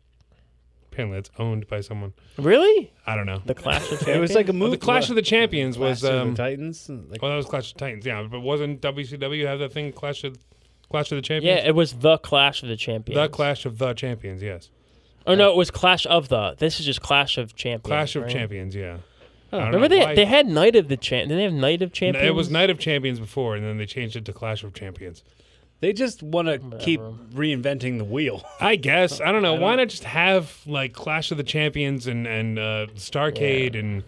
S6: Apparently, it's owned by someone.
S4: Really,
S6: I don't know.
S4: the Clash of
S8: It was like a
S6: Well,
S8: movie.
S6: the Clash of the Champions was um,
S8: Titans. Like,
S6: well, that was Clash of Titans, yeah. But wasn't WCW have that thing Clash of Clash of the Champions?
S4: [LAUGHS] yeah, it was the Clash of the Champions.
S6: the Clash of the Champions, yes.
S4: Oh no, it was Clash of the. This is just Clash of Champions.
S6: Clash of
S4: right?
S6: Champions, yeah. I don't
S4: Remember
S6: know
S4: they
S6: why-
S4: they had Night of the Champ. Did they have Night of
S6: No,
S4: Champions?
S6: It was Night of Champions before, and then they changed it to Clash of Champions.
S8: they just want to keep reinventing the wheel.
S6: I guess I don't know. Why not just have like Clash of the Champions and and uh, Starcade and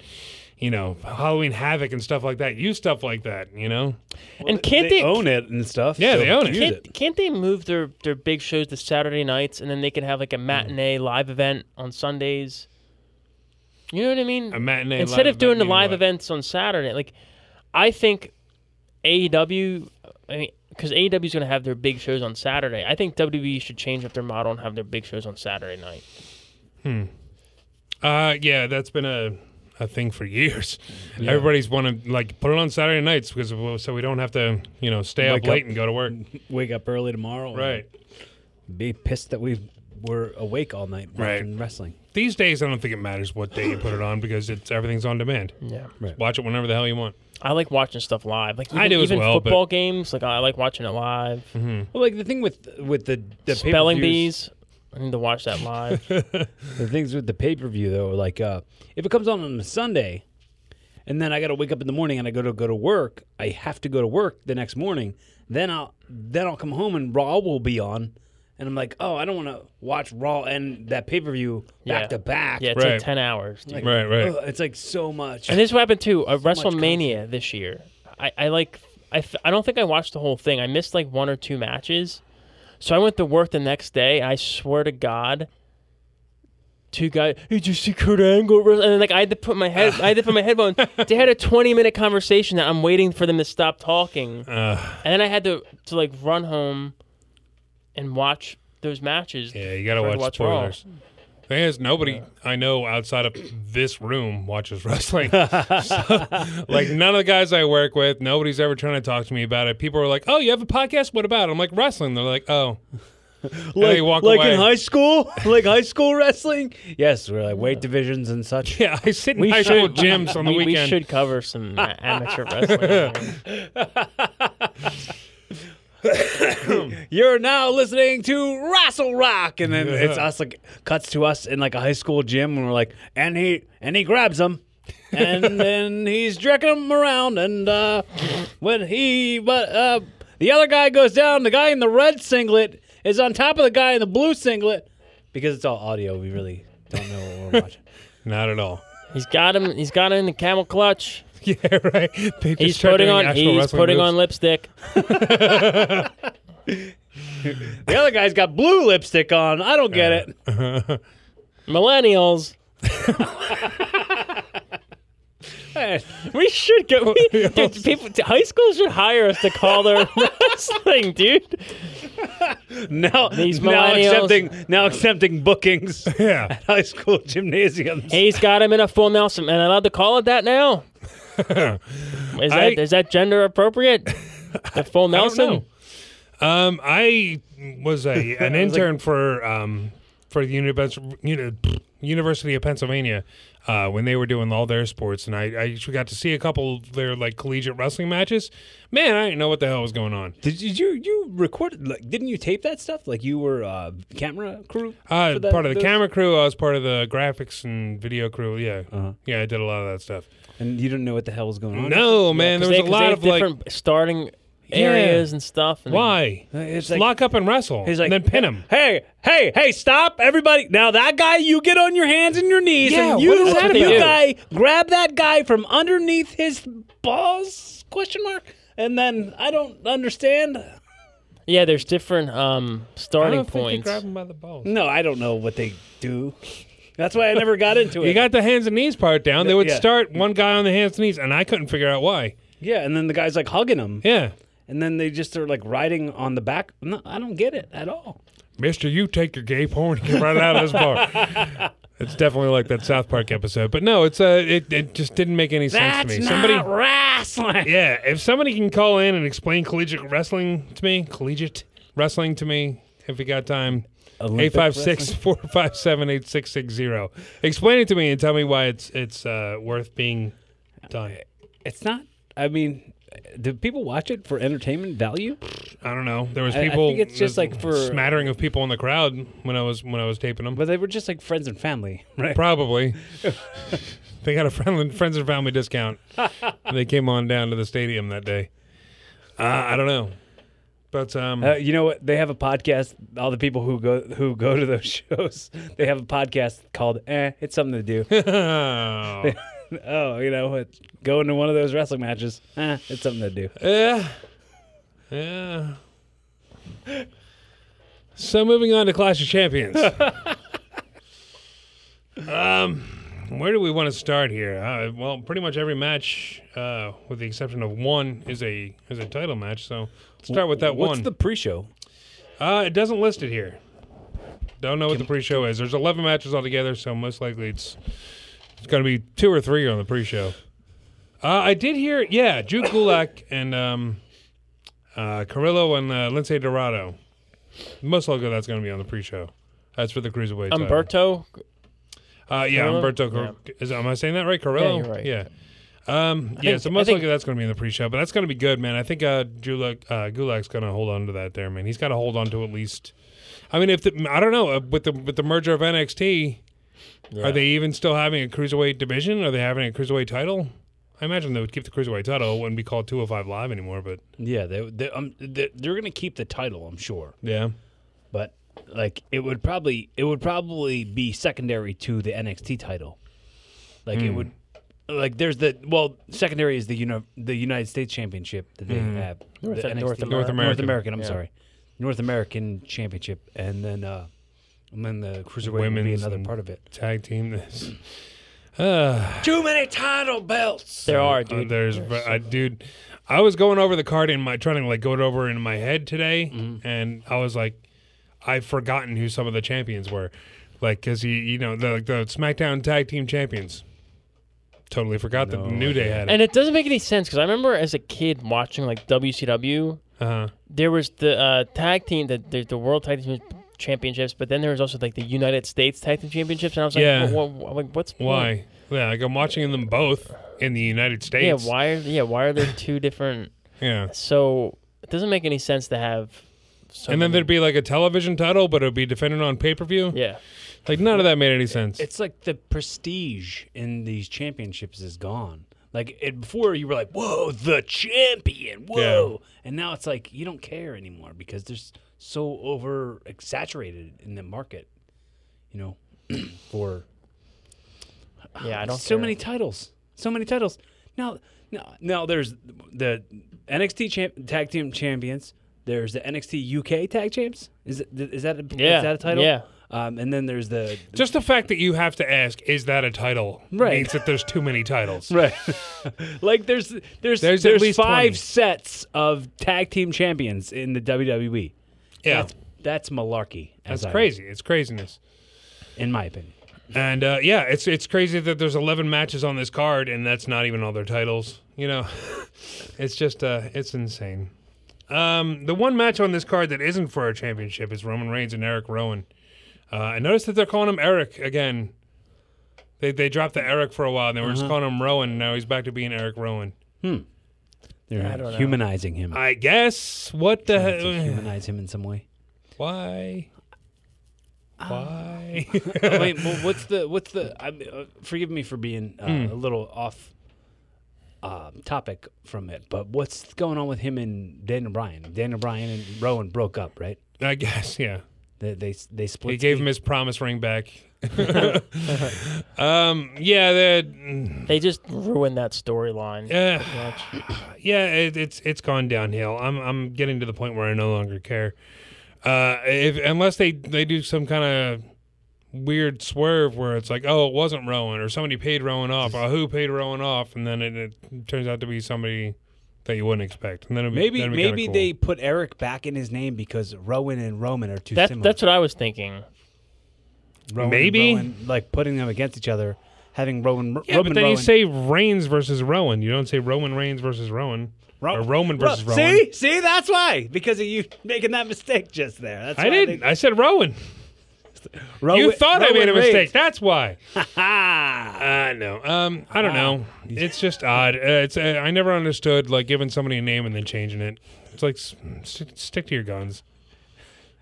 S6: you know Halloween Havoc and stuff like that. Use stuff like that, you know.
S4: And can't
S8: they,
S4: they,
S8: own it and stuff?
S6: Yeah,
S8: so
S6: they own it.
S8: use
S4: Can't, can't they move their, their big shows to Saturday nights and then they can have like a
S6: Hmm.
S4: matinee live event on Sundays? You know what I mean?
S6: A matinee
S4: Instead
S6: live
S4: of doing
S6: event,
S4: the
S6: you know
S4: live
S6: what?
S4: events on Saturday, like I think AEW, I mean, because AEW is going to have their big shows on Saturday. I think WWE should change up their model and have their big shows on Saturday night.
S6: Uh, yeah, that's been a a thing for years. Everybody's want to like put it on Saturday nights because well, so we don't have to you know stay
S8: Wake
S6: up late
S8: up.
S6: and go to work.
S8: Wake up early tomorrow. and
S6: Right.
S8: Be pissed that we were awake all night
S6: Right.
S8: watching wrestling.
S6: These days, I don't think it matters what day you put it on because it's everything's on demand.
S4: Yeah.
S8: Right.
S6: Watch it whenever the hell you want.
S4: I like watching stuff live. Like even,
S6: I do as
S4: even
S6: well, but-
S4: football games. Like I like watching it live.
S8: Well, like the thing with with the, the
S4: Spelling
S8: pay-per-views-
S4: bees. I need to watch that live.
S6: [LAUGHS]
S8: The things with the pay per view though, like uh, if it comes on on a Sunday, and then I got to wake up in the morning and I go to go to work, I have to go to work the next morning. Then I'll then I'll come home and Raw will be on, and I'm like, oh, I don't want to watch Raw and that pay per view
S4: Yeah.
S8: back to back.
S4: yeah, it's
S6: Right.
S4: like ten hours. Dude.
S8: Like,
S6: Right, right.
S8: ugh, it's like so much.
S4: And this is what happened too. Uh,
S8: much
S4: WrestleMania this year, I, I like. I, f- I don't think I watched the whole thing. I missed like one or two matches, so I went to work the next day. I swear to God, two guys. Hey, did you see Kurt Angle? wrestle-" And then, like I had to put my head. I had to put my
S6: [LAUGHS]
S4: headphones. They had a twenty minute conversation that I'm waiting for them to stop talking, and then I had to to like run home and watch those matches.
S6: Yeah, you gotta
S4: for
S6: watch,
S4: what's wrong.
S6: spoilers. Thing is, nobody I know outside of this room watches
S4: [LAUGHS]
S6: [LAUGHS] wrestling. So, like none of the guys I work with, nobody's ever trying to talk to me about it. People are like, "Oh, you have a podcast? What about?" it?" I'm like, "Wrestling." They're like, "Oh." And they walk
S8: like
S6: away.
S8: in high school, [LAUGHS] like high school wrestling. Yes, we're like weight divisions and such.
S6: yeah, I sit in
S4: We
S6: high school
S4: should
S6: gyms on the
S4: we, we
S6: weekend.
S4: should cover
S6: [LAUGHS]
S4: some a- amateur wrestling.
S8: You're now listening to Wrestle Rock, and then it's us like cuts to us in like a high school gym, and we're like, and he and he grabs him,
S6: [LAUGHS]
S8: and then he's jerking him around, and uh, when he but uh, the other guy goes down, the guy in the red singlet is on top of the guy in the blue singlet because it's all audio. We really don't know what we're watching.
S6: Not at all.
S4: he's got him. He's got him in the camel clutch.
S6: [LAUGHS] yeah, right. They just
S4: He's
S6: start
S4: putting
S6: doing
S4: on.
S6: actual
S4: He's
S6: wrestling
S4: putting
S6: moves.
S4: on lipstick.
S8: The other guy's got blue lipstick on. I don't get it. [LAUGHS]
S4: Millennials.
S8: Hey,
S4: We should go.
S6: [LAUGHS]
S4: We, dude, people, high school should hire us to call their wrestling, dude.
S8: Now,
S4: These
S8: now
S4: millennials.
S8: accepting now
S6: [LAUGHS]
S8: accepting bookings at
S6: Yeah.
S8: high school gymnasiums.
S4: He's got him in a full Nelson. And allowed to call it that now?
S6: [LAUGHS]
S4: Is that
S6: I-
S4: is that gender appropriate? The
S6: [LAUGHS]
S4: full Nelson.
S6: know. Um, I [LAUGHS] was a an intern for um for the univers- uni- University of Pennsylvania uh, when they were doing all their sports, and I, I actually got to see a couple of their like collegiate wrestling matches. Man, I didn't know what the hell was going on.
S8: Did you you, you record? Like, didn't you tape that stuff? Like you were uh, camera crew?
S6: Uh,
S8: for that-
S6: part of the
S8: those-
S6: camera crew, I was part of the graphics and video crew. Yeah, yeah, I did a lot of that stuff.
S8: and you didn't know what the hell was going on.
S6: No, man, there
S4: They-
S6: was a
S4: 'cause
S6: lot
S4: they
S6: of
S4: have
S6: like,
S4: different starting areas and stuff. And
S6: why?
S8: It's
S6: Just
S8: like-
S6: lock up and wrestle,
S8: He's like,
S6: and then pin him.
S8: Hey, hey, hey! Stop, everybody! Now that guy, you get on your hands and your knees,
S6: Yeah,
S8: and
S6: what
S8: you,
S6: is
S4: that
S8: you
S4: about?
S8: guy, grab that guy from underneath his balls? Question mark. And then I don't understand.
S4: Yeah, there's different um,
S6: I
S4: starting
S6: don't think you
S4: points.
S6: grab him by the balls.
S8: No, I don't know what they do. That's why I never got into it.
S6: You got the hands and knees part down. They would
S8: Yeah.
S6: start one guy on the hands and knees, and I couldn't figure out why.
S8: yeah, and then the guy's like hugging him,
S6: Yeah.
S8: and then they just are like riding on the back. No, I don't get it at all.
S6: Mister, you take your gay porn and get right out of this bar. It's definitely like that South Park episode. But no, it's uh, it, it just didn't make any sense to me. somebody
S8: wrestling.
S6: Yeah, if somebody can call in and explain collegiate wrestling to me, collegiate wrestling to me, if you got time. 856 457 8660. Explain it to me and tell me why it's it's uh, worth being done.
S8: It's not. I mean, do people watch it for entertainment value?
S6: I don't know. There was
S8: I- I
S6: people.
S8: think it's just,
S6: there's
S8: like, for-
S6: smattering of people in the crowd when I was when I was taping them.
S8: But they were just like friends and family, [LAUGHS] right?
S6: Probably. they got a friend, friends and family discount. they came on down to the stadium that day. Uh, I don't know, but um,
S8: Uh, you know what? They have a podcast. All the people who go who go to those [LAUGHS] shows, they have a podcast called "Eh, It's Something to [LAUGHS] Do." oh, you know, what? going to one of those wrestling matches. Eh, it's something to do.
S6: [LAUGHS] yeah, yeah. So moving on to Clash of
S8: [LAUGHS]
S6: Champions. um, where do we want to start here? Uh, well, pretty much every match, uh, with the exception of one, is a is a title match. So let's start with that
S8: What's
S6: one.
S8: the pre-show?
S6: Uh, it doesn't list it here. Don't know what the pre-show is. There's 11 matches altogether, so most likely it's it's going to be two or three on the pre-show. Uh, I did hear, yeah, Juke Gulak and um, uh, Carrillo and uh, Lince Dorado. Most likely that's going to be on the pre-show. That's for the cruiserweight. title.
S4: Umberto.
S6: Uh, yeah,
S4: Carrillo?
S6: Umberto. Car- Is am I saying that right? Carrillo.
S4: Yeah, you're right.
S6: Yeah. Um, yeah,
S4: think-
S6: so
S4: I
S6: most
S4: think-
S6: likely that's going to be in the pre-show, but that's going to be good, man. I think uh, Gulak, uh, Gulak's going to hold on to that there, man. He's got to hold on to at least. I mean, if the, I don't know uh, with the with the merger of NXT, are they even still having a cruiserweight division? Are they having a cruiserweight title? I imagine they would keep the cruiserweight title. It wouldn't be called 205 Live anymore, but
S8: Yeah, they, they, um, they, they're going to keep the title, I'm sure.
S6: yeah,
S8: but like it would probably it would probably be secondary to the NXT title. Like
S6: Hmm.
S8: it would like there's the well secondary is the uni- the United States Championship that they
S6: Hmm.
S8: have North, the
S4: North Amer-
S6: North American.
S8: American, I'm sorry North American Championship and then uh and then the cruiserweight would be
S6: Women's
S8: another
S6: and-
S8: part of it.
S6: tag team this. [SIGHS]
S8: Too many title belts.
S4: Hmm. There are,
S6: Uh,
S4: dude.
S6: there's, I, dude,
S4: Mm-hmm.
S6: I was going over the card in my trying to like go it over in my head today, and I was like, I've forgotten who some of the champions were, like because he, you know, the like, the SmackDown Tag Team Champions. Totally forgot that New Day had it.
S4: And it doesn't make any sense because I remember as a kid watching like WCW.
S6: Uh-huh.
S4: There was the uh, tag team, the, the the World Tag Team Championships, but then there was also like the United States Tag Team Championships, and I was like,
S6: Yeah.
S4: "Wha- wha- like, what's the point?"
S6: Why? Yeah, like I'm watching them both in the United
S4: Yeah,
S6: States.
S4: why? Are, yeah, why are there two different?
S6: Yeah.
S4: So it doesn't make any sense to have. So
S6: And then
S4: many-
S6: there'd be like a television title, but it would be defended on pay per view.
S4: yeah,
S6: Like none of that made any sense.
S8: It's like the prestige in these championships is gone. Like it, before, you were like, "Whoa, the champion!" Whoa, and now it's like you don't care anymore because there's so over saturated in the market. You know, [CLEARS THROAT] for
S4: yeah. I don't.
S8: so
S4: care.
S8: many titles, so many titles. Now, now, now there's the NXT champ, tag team champions. There's the NXT UK tag champs. Is it, is that a,
S4: Yeah,
S8: is that a title?
S4: yeah.
S8: Um, and then there's the
S6: Just the fact that you have to ask, is that a title?
S8: Right.
S6: Means that there's too many titles.
S8: Right. [LAUGHS] like there's there's
S6: There's
S8: there's,
S6: at least
S8: five
S6: 20.
S8: sets of tag team champions in the WWE.
S6: Yeah.
S8: That's, that's malarkey. as
S6: That's
S8: I-
S6: crazy. It's craziness.
S8: in my opinion.
S6: And uh, yeah, it's it's crazy that there's 11 matches on this card, and that's not even all their titles. You know, [LAUGHS] it's just uh, it's insane. Um, the one match on this card that isn't for a championship is Roman Reigns and Eric Rowan. Uh, I noticed that they're calling him Eric again. They they dropped the Eric for a while, and they were just
S8: Uh-huh.
S6: calling him Rowan. And now he's back to being Eric Rowan.
S8: They're humanizing him.
S6: I guess. What the
S8: to
S6: hell?
S8: humanize him in some [LAUGHS] way.
S6: [SIGHS] Why? Why?
S8: Oh, Wait, well, what's the what's the? I, uh, forgive me for being uh, a little off um, topic from it, but what's going on with him and Daniel Bryan? Daniel Bryan and Rowan broke up, right?
S6: I guess. Yeah.
S8: They they, they split.
S6: He gave him his promise ring
S8: [LAUGHS]
S6: back. um, yeah, the-
S4: They just ruined that storyline.
S6: uh, yeah, it, it's it's gone downhill. I'm I'm getting to the point where I no longer care. Uh, if, unless they they do some kind of weird swerve where it's like, oh, it wasn't Rowan, or somebody paid Rowan off, or who paid Rowan off, and then it, it turns out to be somebody that you wouldn't expect, and then it'd be,
S8: Maybe
S6: that'd be kinda
S8: maybe
S6: cool.
S8: they put Eric back in his name because Rowan and Roman are too
S4: That,
S8: similar.
S4: that's what I was thinking.
S8: Rowan and
S6: Maybe.
S8: Rowan, like putting them against each other, having Rowan.
S6: Yeah,
S8: Roman
S6: but then
S8: Rowan.
S6: you say Reigns versus Rowan. You don't say Roman Reigns versus Rowan.
S8: Ro-
S6: or Roman
S8: Ro-
S6: versus Rowan.
S8: See, see, that's why because of you [LAUGHS] making that mistake just there. That's
S6: I
S8: why
S6: didn't. I said Rowan.
S8: think- Rowan-
S6: you thought I
S8: Rowan
S6: made a
S8: Reigns.
S6: mistake. That's why.
S8: Ah,
S6: I know. Um, I don't know. It's just odd. Uh, it's uh, I never understood like giving somebody a name and then changing it. It's like s- st- stick to your guns.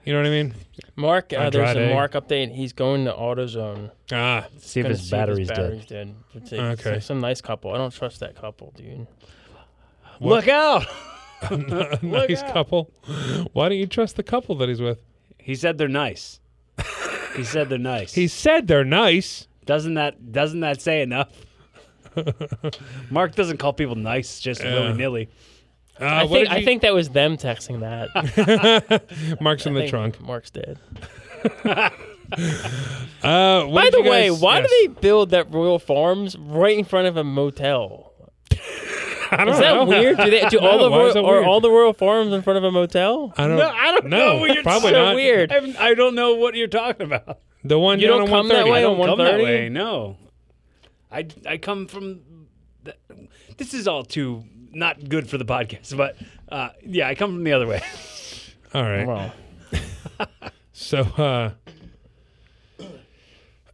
S6: You know what I mean?
S4: Mark, uh, there's a
S6: Andrade.
S4: Mark update. He's going to AutoZone.
S6: Ah,
S4: Gonna see
S8: see
S4: if his battery's dead. It's a- it's
S6: Okay.
S4: like some nice couple. I don't trust that couple, dude.
S8: Look out!
S6: nice couple. Why don't you trust the couple that he's with?
S8: He said they're nice. he said they're nice.
S6: He said they're nice.
S8: doesn't that doesn't that say enough? Mark doesn't call people nice just willy nilly.
S6: Uh,
S4: I,
S6: what
S4: think,
S6: did
S4: I think that was them texting
S6: [LAUGHS]
S4: that. I
S6: you- Mark's in the
S4: think
S6: trunk.
S4: Mark's dead.
S6: Uh, what
S4: By
S6: did
S4: the
S6: you
S4: way,
S6: guys-
S4: why
S6: yes.
S4: do they build that Royal Farms right in front of a motel?
S6: [LAUGHS] I don't
S4: Is that
S6: know.
S4: weird? Do, they, do all
S6: [LAUGHS] No,
S4: the
S6: why is that
S4: royal, are
S6: weird?
S4: all the Royal Farms in front of a motel?
S6: I don't.
S8: No, I don't
S6: no,
S8: know. what you're-
S6: probably
S4: so
S6: not.
S4: weird.
S8: I haven't- I don't know what you're talking about.
S6: The one
S4: You
S6: down
S4: don't
S6: on
S4: come that
S6: 130.
S4: way?
S6: I don't
S4: Don't
S8: come that
S4: 130?
S8: way. No, I I come from. th- This is all too not good for the podcast, but uh, yeah, I come from the other way. [LAUGHS]
S6: All right.
S4: Well,
S6: [LAUGHS] So, uh,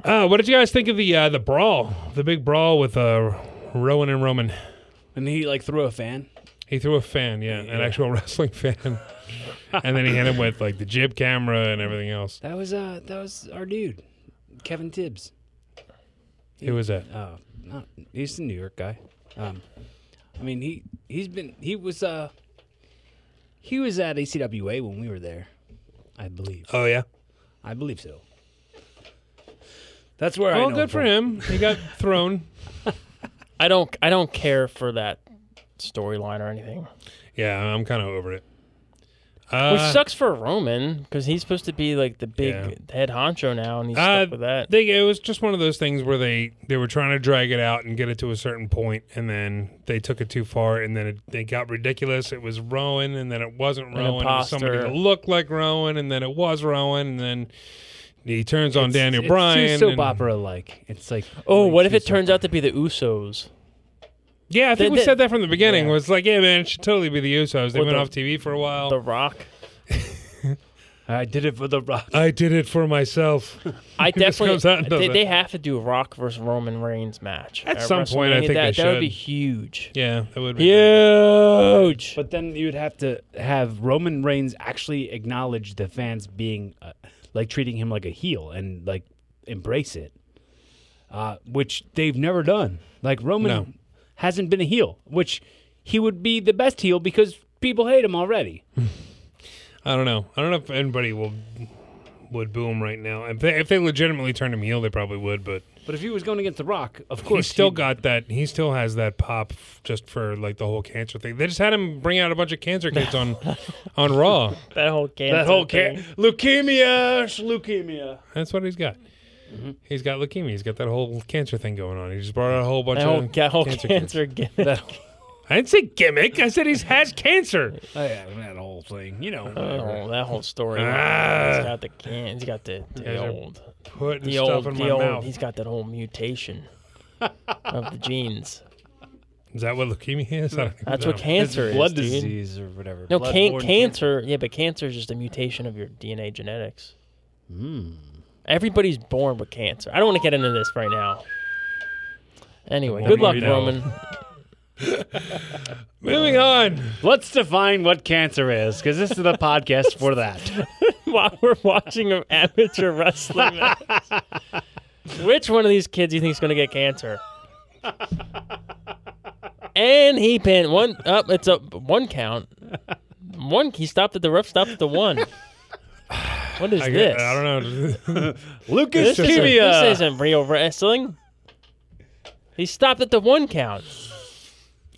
S6: uh, what did you guys think of the uh, the brawl, the big brawl with uh, Rowan and Roman?
S8: And he like threw a fan.
S6: He threw a fan, yeah, an actual [LAUGHS] wrestling fan, and then he hit him with like the jib camera and everything else.
S8: That was uh that was our dude, Kevin Tibbs.
S6: Who was that?
S8: Uh, not, he's a New York guy. Um, I mean he he's been he was uh he was at ACWA when we were there, I believe.
S6: Oh yeah.
S8: I believe so. That's where I.
S6: Well,
S8: know
S6: good for
S8: from.
S6: him. He got thrown.
S4: I don't. I don't care for that storyline or anything.
S6: Yeah, I'm kind of over it.
S4: Which
S6: Uh,
S4: sucks for Roman because he's supposed to be like the big
S6: Yeah.
S4: head honcho now, and he's
S6: Uh,
S4: stuck with that.
S6: They, it was just one of those things where they, they were trying to drag it out and get it to a certain point, and then they took it too far, and then it, it got ridiculous. It was Rowan, and then it wasn't Rowan. It was somebody
S4: imposter.
S6: that looked like Rowan, and then it was Rowan, and then he turns on Daniel
S8: it's
S6: Bryan.
S8: too soap
S6: and-
S8: opera like. It's like
S4: oh,
S8: way
S4: what if
S8: too
S4: it
S8: soap
S4: turns out to be the Usos?
S6: Yeah, I think
S4: They-
S6: we
S4: they-
S6: said that from the beginning.
S4: yeah.
S6: It was like, yeah, man, it should totally be the Usos. They
S4: Or
S6: went
S4: the-
S6: off TV for a while.
S4: The Rock.
S8: I did it for the Rock.
S6: I did it for myself. [LAUGHS]
S4: I
S6: just
S4: definitely.
S6: comes out and does
S4: They,
S6: it.
S4: they have to do a Rock versus Roman Reigns match
S6: At some point, I
S4: WrestleMania.
S6: think
S4: that,
S6: they
S4: that would be
S6: should.
S4: huge.
S6: yeah, that would be.
S4: Huge.
S8: [LAUGHS] But then you'd have to have Roman Reigns actually acknowledge the fans being uh, like treating him like a heel and like embrace it, uh, which they've never done. Like Roman
S6: No.
S8: hasn't been a heel, which he would be the best heel because people hate him [LAUGHS] already.
S6: I don't know. I don't know if anybody will would boom right now. If they, if they legitimately turned him heel, they probably would. But
S8: But if he was going against The Rock, of
S6: he
S8: course,
S6: still
S8: he'd-
S6: got that. He still has that pop f- just for like the whole cancer thing. They just had him bring out a bunch of cancer
S4: [LAUGHS]
S6: kids on on Raw.
S4: that whole can.
S8: that whole ca- leukemia, sh- leukemia.
S6: That's what he's got.
S4: Mm-hmm.
S6: He's got leukemia. He's got that whole cancer thing going on. He just brought out a whole bunch
S4: That whole,
S6: of
S4: that whole
S6: cancer,
S4: cancer,
S6: kids.
S4: gimmick.
S8: That,
S6: I didn't say gimmick. I said he has cancer.
S8: oh, yeah, that whole thing, you know.
S4: [LAUGHS]
S8: [LAUGHS]
S4: Oh, that whole story.
S6: Ah.
S4: He's got the can. He's got the, the
S6: guys are
S4: old,
S6: Putting
S4: the
S6: stuff
S4: old,
S6: in
S4: the
S6: my
S4: old.
S6: mouth.
S4: He's got that whole
S6: [LAUGHS]
S4: mutation of the genes.
S6: Is that what leukemia is? I don't think
S4: That's
S6: so.
S4: what cancer is,
S8: blood
S4: dude.
S8: disease or whatever.
S4: No,
S8: Blood
S4: can-
S8: borne
S4: cancer. Yeah, but cancer is just a mutation of your DNA genetics.
S8: Hmm.
S4: Everybody's born with cancer. I don't want to get into this right now. Anyway, good luck,
S6: we know.
S4: Roman.
S6: Moving on.
S8: Let's define what cancer is, because this is the podcast for that.
S4: [LAUGHS] While we're watching an amateur wrestling match, which one of these kids do you think is going to get cancer? And he pinned one up. it's a one count. One. He stopped at the ref. Stopped at the one. What is
S6: I,
S4: this?
S6: I don't know. [LAUGHS]
S8: Lucas
S4: This isn't, this isn't real wrestling. He stopped at the one count.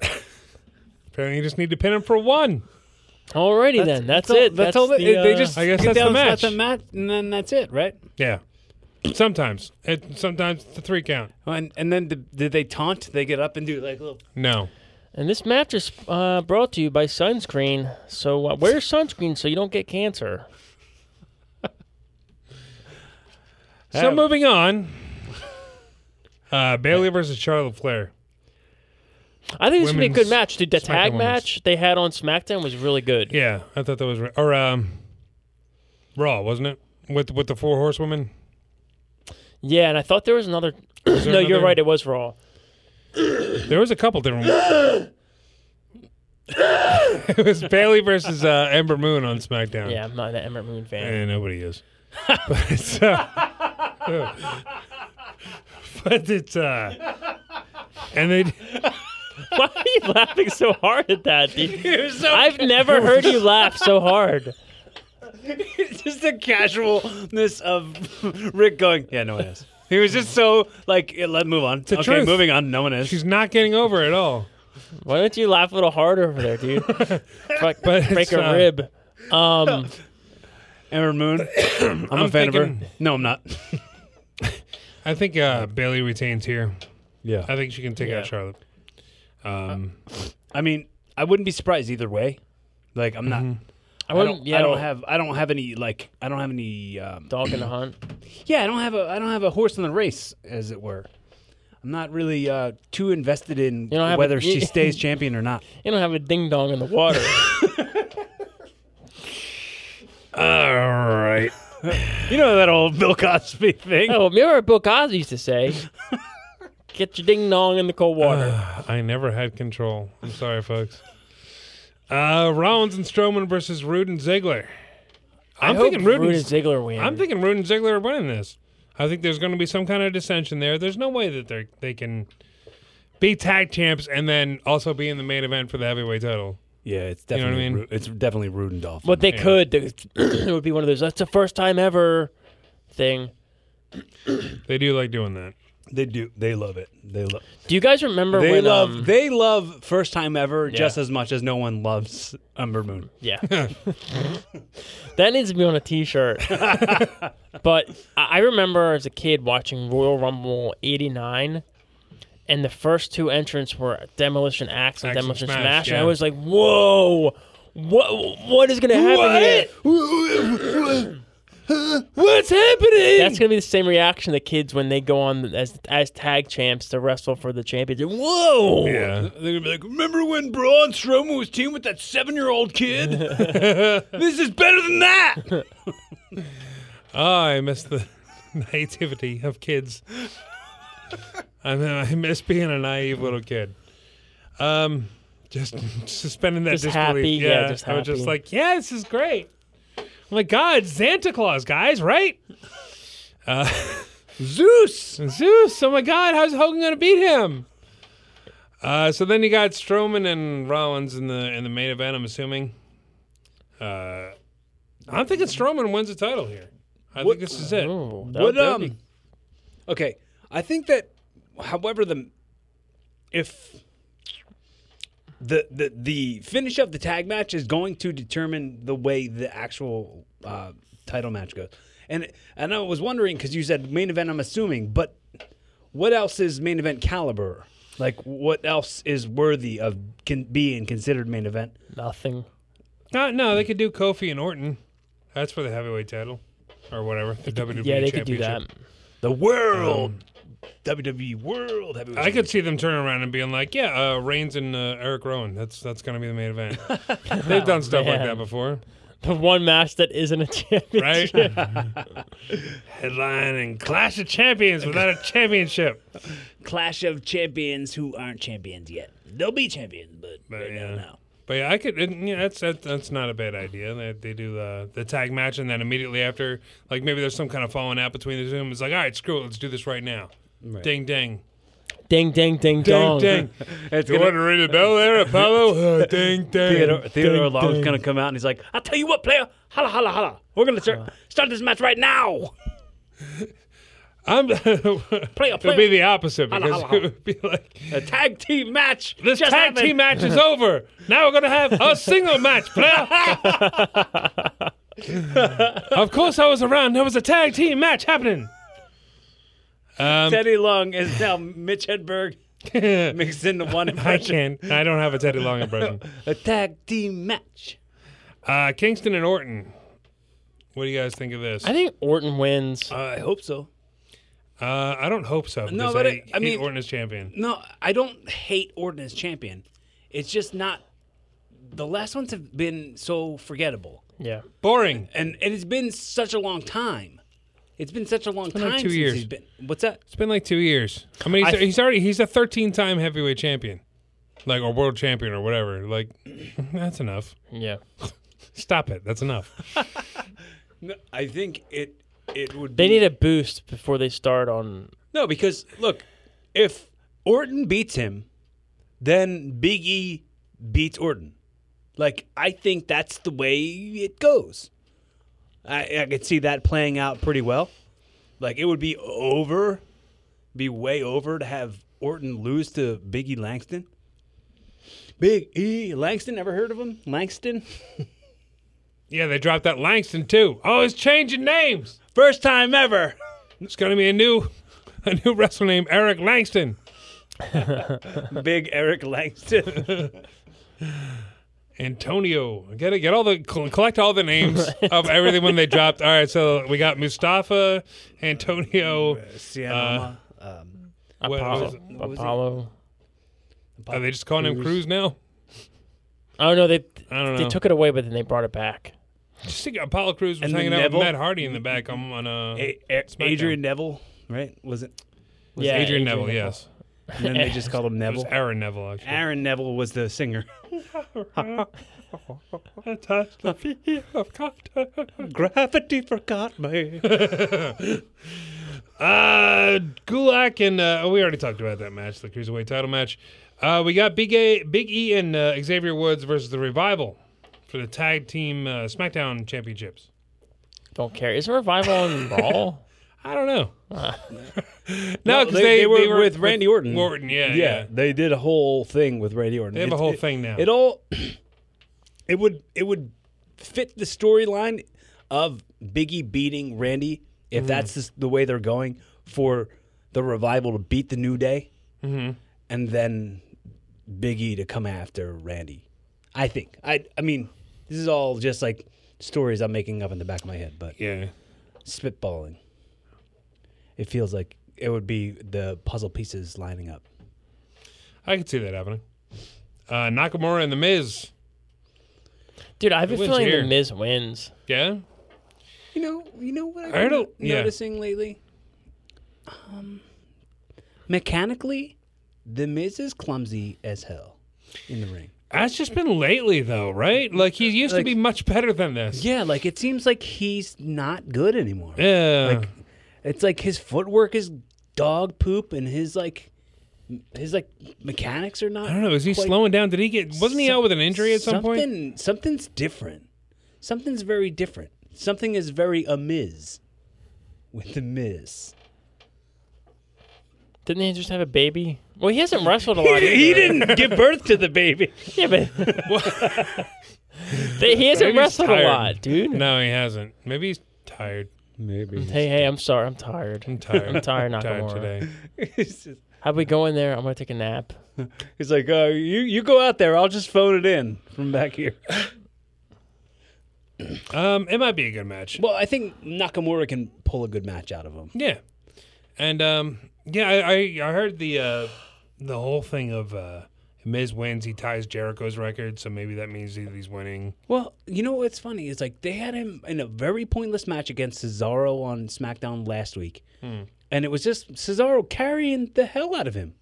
S6: Apparently, you just need to pin him for one.
S4: Alrighty then, that's, it.
S8: That's, all.
S4: the,
S8: they, they
S4: uh,
S8: just
S6: I guess
S8: get
S6: that's the
S8: down, let
S6: match.
S8: them mat- and then that's it, right?
S6: Yeah. Sometimes. It, sometimes the three count.
S8: And and then the, did they taunt? They get up and do like little.
S6: No.
S4: And this match is uh, brought to you by sunscreen. So uh, wear sunscreen so you don't get cancer.
S6: So moving on. Uh, Bailey versus Charlotte Flair.
S4: I think this would be a good
S6: Women's
S4: match, dude. The
S6: SmackDown
S4: tag
S6: women's.
S4: match they had on SmackDown was really good.
S6: Yeah, I thought that was right. or um, Raw, wasn't it? With with the four horsewomen.
S4: Yeah, and I thought there was another. [CLEARS THROAT] no,
S6: there
S4: you're
S6: another-
S4: right. It was Raw.
S6: There was a couple different. [LAUGHS] it was Bailey versus uh, Ember Moon on SmackDown.
S4: Yeah, I'm not an Emmett Moon fan.
S6: Eh,
S4: [LAUGHS]
S6: nobody is. but it's, uh, [LAUGHS] but it's uh, and they
S4: Why are you [LAUGHS] laughing so hard at that,
S6: [LAUGHS]
S4: dude? I've never heard you laugh so hard.
S8: [LAUGHS] just the casualness of [LAUGHS] Rick going. Yeah, no one is. He was just so like. yeah, Let move on. okay,
S6: truth.
S8: moving on. No one is.
S6: she's not getting over at all.
S4: Why don't you laugh a little harder over there, dude? Fuck, break
S6: it's,
S4: a
S6: uh,
S4: rib. Um,
S8: Amber Moon. I'm,
S6: [COUGHS]
S8: a
S6: I'm
S8: fan of her.
S6: thinking-
S8: No, I'm not.
S6: I think uh, Bailey retains here.
S8: Yeah.
S6: I think she can take out Charlotte. Um,
S8: I mean, I wouldn't be surprised either way. Like, I'm not.
S6: Mm-hmm.
S4: I
S8: I
S4: wouldn't.
S8: don't,
S4: yeah,
S8: I don't have. I don't have any. Like, I don't have any. Um,
S4: dog in the hunt.
S8: yeah, I don't have a I don't have a horse in the race, as it were. I'm not really uh, too invested in
S4: don't have a-
S8: whether [LAUGHS] she stays champion or not.
S4: You don't have a ding dong in the water.
S6: [LAUGHS] all right.
S8: You know that old Bill Cosby thing.
S4: oh, remember Bill Cosby used to
S6: [LAUGHS]
S4: say, "Get your ding dong in the cold water."
S6: [LAUGHS] I never had control. I'm sorry, folks. Uh, Rollins and Strowman versus Rude and Ziggler.
S4: I
S6: I'm
S4: hope
S6: thinking Rude,
S4: Rude
S6: and
S4: and Ziggler win.
S6: I'm thinking Rude and Ziggler are winning this. I think there's going to be some kind of dissension there. There's no way that they they can be tag champs and then also be in the main event for the heavyweight title.
S8: Yeah, it's
S6: know what I
S8: definitely
S6: mean?
S8: Ru- it's definitely Rudendolph.
S4: but they could. [CLEARS THROAT] It would be one of those. That's the first time ever thing.
S6: They do like doing that. They do. They love it. They love.
S4: Do you guys remember
S8: They
S4: when?
S8: love
S4: um,
S8: they love first time ever just as much as no one loves Ember Moon.
S4: yeah. [LAUGHS] that needs to be on a T-shirt. but I I remember as a kid watching Royal Rumble '89, and the first two entrants were Demolition Axe and
S6: Axe and
S4: Demolition
S6: Smash,
S4: Smash, and I
S6: yeah.
S4: was like, "Whoa, what? What is gonna happen here?"
S6: What's happening?
S4: That's gonna be the same reaction the kids when they go on as as tag champs to wrestle for the championship. Whoa!
S6: yeah.
S8: They're gonna be like, remember when Braun Strowman was teamed with that seven year old [LAUGHS] kid? this is better than that.
S6: Oh, I miss the [LAUGHS] nativity of kids. [LAUGHS] I mean, I miss being a naive little kid. Um, just [LAUGHS] suspending that
S4: Just happy,
S6: disbelief.
S4: yeah, just
S6: I was just
S4: happy.
S6: like, yeah, this is great. Oh my God, Santa Claus, guys, right? Uh, [LAUGHS]
S8: Zeus.
S6: Zeus. Oh my God, how's Hogan gonna beat him? Uh, so then you got Strowman and Rollins in the in the main event. I'm assuming. Uh, I'm thinking Strowman wins the title here. I think this is it.
S4: Ooh, that
S8: What
S4: would- that
S8: um?
S4: would be-
S8: Okay, I think that, however, the if the the the finish of the tag match is going to determine the way the actual uh, title match goes. And and I was wondering because you said main event. I'm assuming, but what else is main event caliber? Like what else is worthy of can being considered main event?
S4: nothing.
S6: No, Uh, no, they could do Kofi and Orton. That's for the heavyweight title, or whatever the WWE.
S4: Yeah, they
S6: Championship.
S4: could do that.
S8: The
S4: Um,
S8: world, WWE world.
S6: I could see them turning around and being like, "Yeah, uh, Reigns and uh, Eric Rowan. That's that's going to be the
S4: [LAUGHS]
S6: main event." They've done stuff like
S4: man.
S6: that before,
S4: The one match that isn't a [LAUGHS] championship.
S6: right? Headlining Clash of Champions without a championship.
S8: clash of champions who aren't champions yet. They'll be champions, but,
S6: But
S8: they
S6: yeah,
S8: don't know.
S6: but yeah, I could. And, yeah, that's that, that's not a bad idea. They, they do the the tag match, and then immediately after, like maybe there's some kind of falling out between the two. of 'em. It's like, all right, screw it, let's do this right now. Ding ding.
S4: Ding, ding, ding,
S6: Ding
S4: dong.
S6: ding.
S8: It's
S6: Do you want to ring the bell there, Apollo? Uh, [LAUGHS] ding ding.
S8: Theodore, Theodore
S6: ding,
S8: Long's
S6: ding.
S8: gonna come out and he's like, "I'll tell you what, player, holla holla holla, we're gonna
S6: Uh-huh.
S8: start, start this match right now."
S6: I'm. [LAUGHS] it'll
S8: Player,
S6: be
S8: player,
S6: the opposite because
S8: holla, holla.
S6: it would be like
S8: a tag team match.
S6: this
S8: just
S6: tag
S8: happened."
S6: team match is over. Now we're gonna have a single match,
S8: [LAUGHS]
S6: player. of course, I was around. There was a tag team match
S8: [LAUGHS]
S6: happening. Um,
S8: Teddy Long is now Mitch Hedberg
S6: [LAUGHS]
S8: mixed into one
S6: I
S8: impression.
S6: can't. I don't have a Teddy Long impression.
S8: A tag team match.
S6: Uh, Kingston and Orton. What do you guys think of this?
S4: I think Orton wins.
S8: I hope so.
S6: Uh, I don't hope so. because
S8: but
S6: I,
S8: I- I
S6: hate
S8: mean-
S6: Orton is champion.
S8: No, I don't hate Orton as champion. It's just not. The last ones have been so forgettable.
S4: Yeah.
S6: Boring.
S8: and and it's been such a long time. It's been such a long
S6: been
S8: time.
S6: like two
S8: since
S6: years.
S8: He's been, what's that?
S6: It's been like two years. I mean, he's,
S8: I-
S6: he's already he's a 13 time heavyweight champion, like or world champion or whatever. Like [CLEARS THROAT] that's enough.
S4: Yeah.
S6: Stop it. That's enough.
S8: I think it it would.
S4: They need a boost before they start on.
S8: no because look, if Orton beats him, then Big E beats Orton. Like I think that's the way it goes. I I could see that playing out pretty well. Like it would be over, be way over to have Orton lose to Big E Langston. Big E Langston, ever heard of him? Langston.
S6: Yeah, they dropped that Langston too. Oh, he's changing names.
S8: First time ever.
S6: It's gonna be a new [LAUGHS] a new wrestler named Eric Langston.
S8: [LAUGHS] Big Eric Langston.
S6: Antonio, get it, get all the col- collect all the
S8: [LAUGHS]
S6: names of everything when they dropped. All right, so we got Mustafa, Antonio.
S8: Sienna.
S6: what- what was
S4: Apollo.
S6: it?
S8: was it?
S4: Apollo.
S6: are they just calling him Cruz now?
S4: Oh no, they
S6: I don't know.
S4: they took it away, but then they brought it back.
S6: Just think Apollo Cruz was
S8: And then
S6: hanging out with
S8: Neville?
S6: Matt Hardy in the back on, on uh,
S8: A- A- Adrian Neville, right? Was it?
S4: yeah,
S6: Adrian, Neville, yes.
S8: And then they just called [LAUGHS] him
S6: It was
S8: Neville.
S6: Aaron Neville, actually.
S8: Aaron Neville was the [LAUGHS] singer.
S6: I touched the feet of God.
S8: [LAUGHS] Gravity forgot me.
S6: Uh, Gulak and uh, we already talked about that match, the cruiserweight title match. Uh, we got Big A, Big E, and uh, Xavier Woods versus the Revival for the tag team uh, SmackDown championships. [LAUGHS]
S4: Don't care. Is revival on Raw?
S6: I don't know. [LAUGHS] no, because
S8: they, they were with Randy Orton.
S6: Orton, yeah,
S8: yeah,
S6: yeah.
S8: They did a whole thing with Randy Orton.
S6: They have a
S8: It's-
S6: whole
S8: it-
S6: thing now.
S8: It all [CLEARS THROAT] it would it would fit the storyline of Biggie beating Randy
S6: Mm-hmm.
S8: if that's just the way they're going for the revival to beat the New Day,
S6: Mm-hmm.
S8: and then Biggie to come after Randy. I think. I I mean, this is all just like stories I'm making up in the back of my head, but
S6: Yeah.
S8: spitballing. It feels like it would be the puzzle pieces lining up.
S6: I could see that happening. Uh, Nakamura and The Miz.
S4: Dude, I have a
S6: Who wins
S4: feeling
S6: here?
S4: the Miz wins.
S6: Yeah?
S8: You know, you know what I've
S6: I
S8: been
S6: don't- yeah.
S8: noticing lately. Um, mechanically, the Miz is clumsy as hell in the ring.
S6: That's just been lately, though, right? Like, he used to
S8: Like-
S6: be much better than this.
S8: Yeah, like it seems like he's not good anymore.
S6: Yeah.
S8: Like, it's like his footwork is dog poop, and his like, m- his like mechanics are not.
S6: I don't know. Is he
S8: quite-
S6: slowing down? Did he get. Wasn't he
S8: Some-
S6: out with an injury at some point?
S8: something- Something's different. Something's very different. Something is very amiz with the Miz.
S4: Didn't he just have a baby? Well, he hasn't wrestled
S6: [LAUGHS]
S4: a lot.
S8: He
S4: either.
S8: didn't give birth to the baby.
S4: [LAUGHS] Yeah, but
S6: [LAUGHS]
S4: They- he hasn't
S6: Maybe he's
S4: wrestled
S6: tired.
S4: a lot, dude.
S6: No, he hasn't. Maybe he's tired. Maybe.
S4: Hey, hey, I'm sorry. I'm tired.
S6: I'm tired.
S4: I'm tired,
S6: tired
S4: Nakamura.
S6: today.
S8: [LAUGHS] He's, just-
S4: How we go in there? I'm gonna take a nap.
S8: he's like, uh, you you go out there. I'll just phone it in from back [LAUGHS] here.
S6: Um, it might be a good match.
S8: Well, I think Nakamura can pull a good match out of him.
S6: Yeah, and um, yeah, I, I I heard the uh, the whole thing of uh, Miz wins, he ties Jericho's record, so maybe that means that he's winning.
S8: Well, you know what's funny is like they had him in a very pointless match against Cesaro on SmackDown last week, and it was just Cesaro carrying the hell out of him.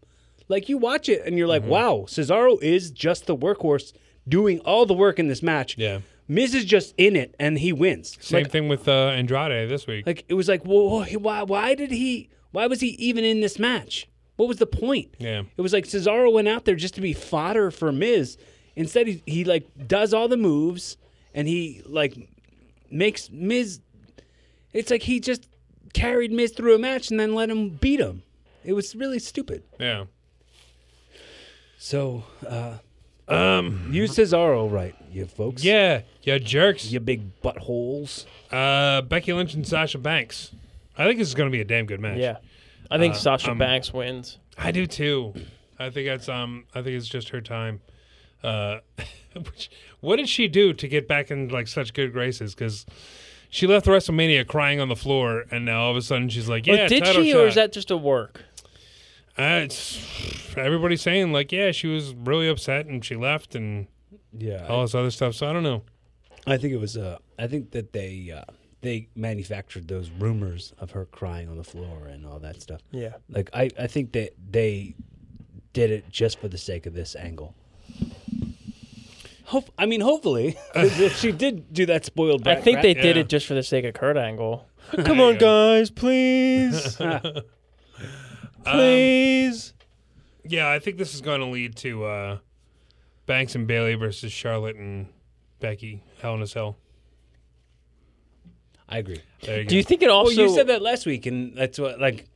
S8: Like you watch it and you're like, wow, Cesaro is just the workhorse doing all the work in this match.
S6: Yeah.
S8: Miz is just in it and he wins.
S6: Same thing with uh, Andrade this week.
S8: Like it was like, well, why? Why did he? Why was he even in this match? What was the point?
S6: Yeah.
S8: it was like Cesaro went out there just to be fodder for Miz. Instead, he, he like does all the moves and he like makes Miz. It's like he just carried Miz through a match and then let him beat him. It was really stupid.
S6: yeah,
S8: So, uh, um, use Cesaro right, you folks.
S6: yeah, yeah, jerks.
S8: you big buttholes.
S6: Uh, Becky Lynch and Sasha Banks. I think this is going to be a damn good match.
S4: Yeah, I think Sasha
S6: um,
S4: Banks wins.
S6: I do too. I think that's um. I think it's just her time. Uh, [LAUGHS] which, what did she do to get back in like such good graces? Because she left WrestleMania crying on the floor, and now all of a sudden she's like,
S4: Or
S6: "Yeah,
S4: did
S6: title
S4: she, or is
S6: shot."
S4: that just a work?
S6: Uh, it's, everybody's saying like, yeah, she was really upset and she left and
S8: Yeah,
S6: all this other stuff. So I don't know.
S8: I think it was. Uh, I think that they uh, they manufactured those rumors of her crying on the floor and all that stuff.
S4: Yeah.
S8: Like I, I think that they did it just for the sake of this angle. Hope I mean, hopefully, [LAUGHS] 'cause if she did do that spoiled.
S4: I
S8: back
S4: think
S8: rap-
S4: they did
S6: yeah.
S4: it just for the sake of Kurt Angle.
S6: Come on,
S4: Guys,
S8: [LAUGHS]
S4: please,
S8: Um,
S4: please.
S6: Yeah, I think this is going to lead to uh, Banks and Bailey versus Charlotte and Becky. Hell in a cell.
S8: I agree.
S6: There you go.
S4: Do you think it also?
S8: well, you said that last week, and that's what like.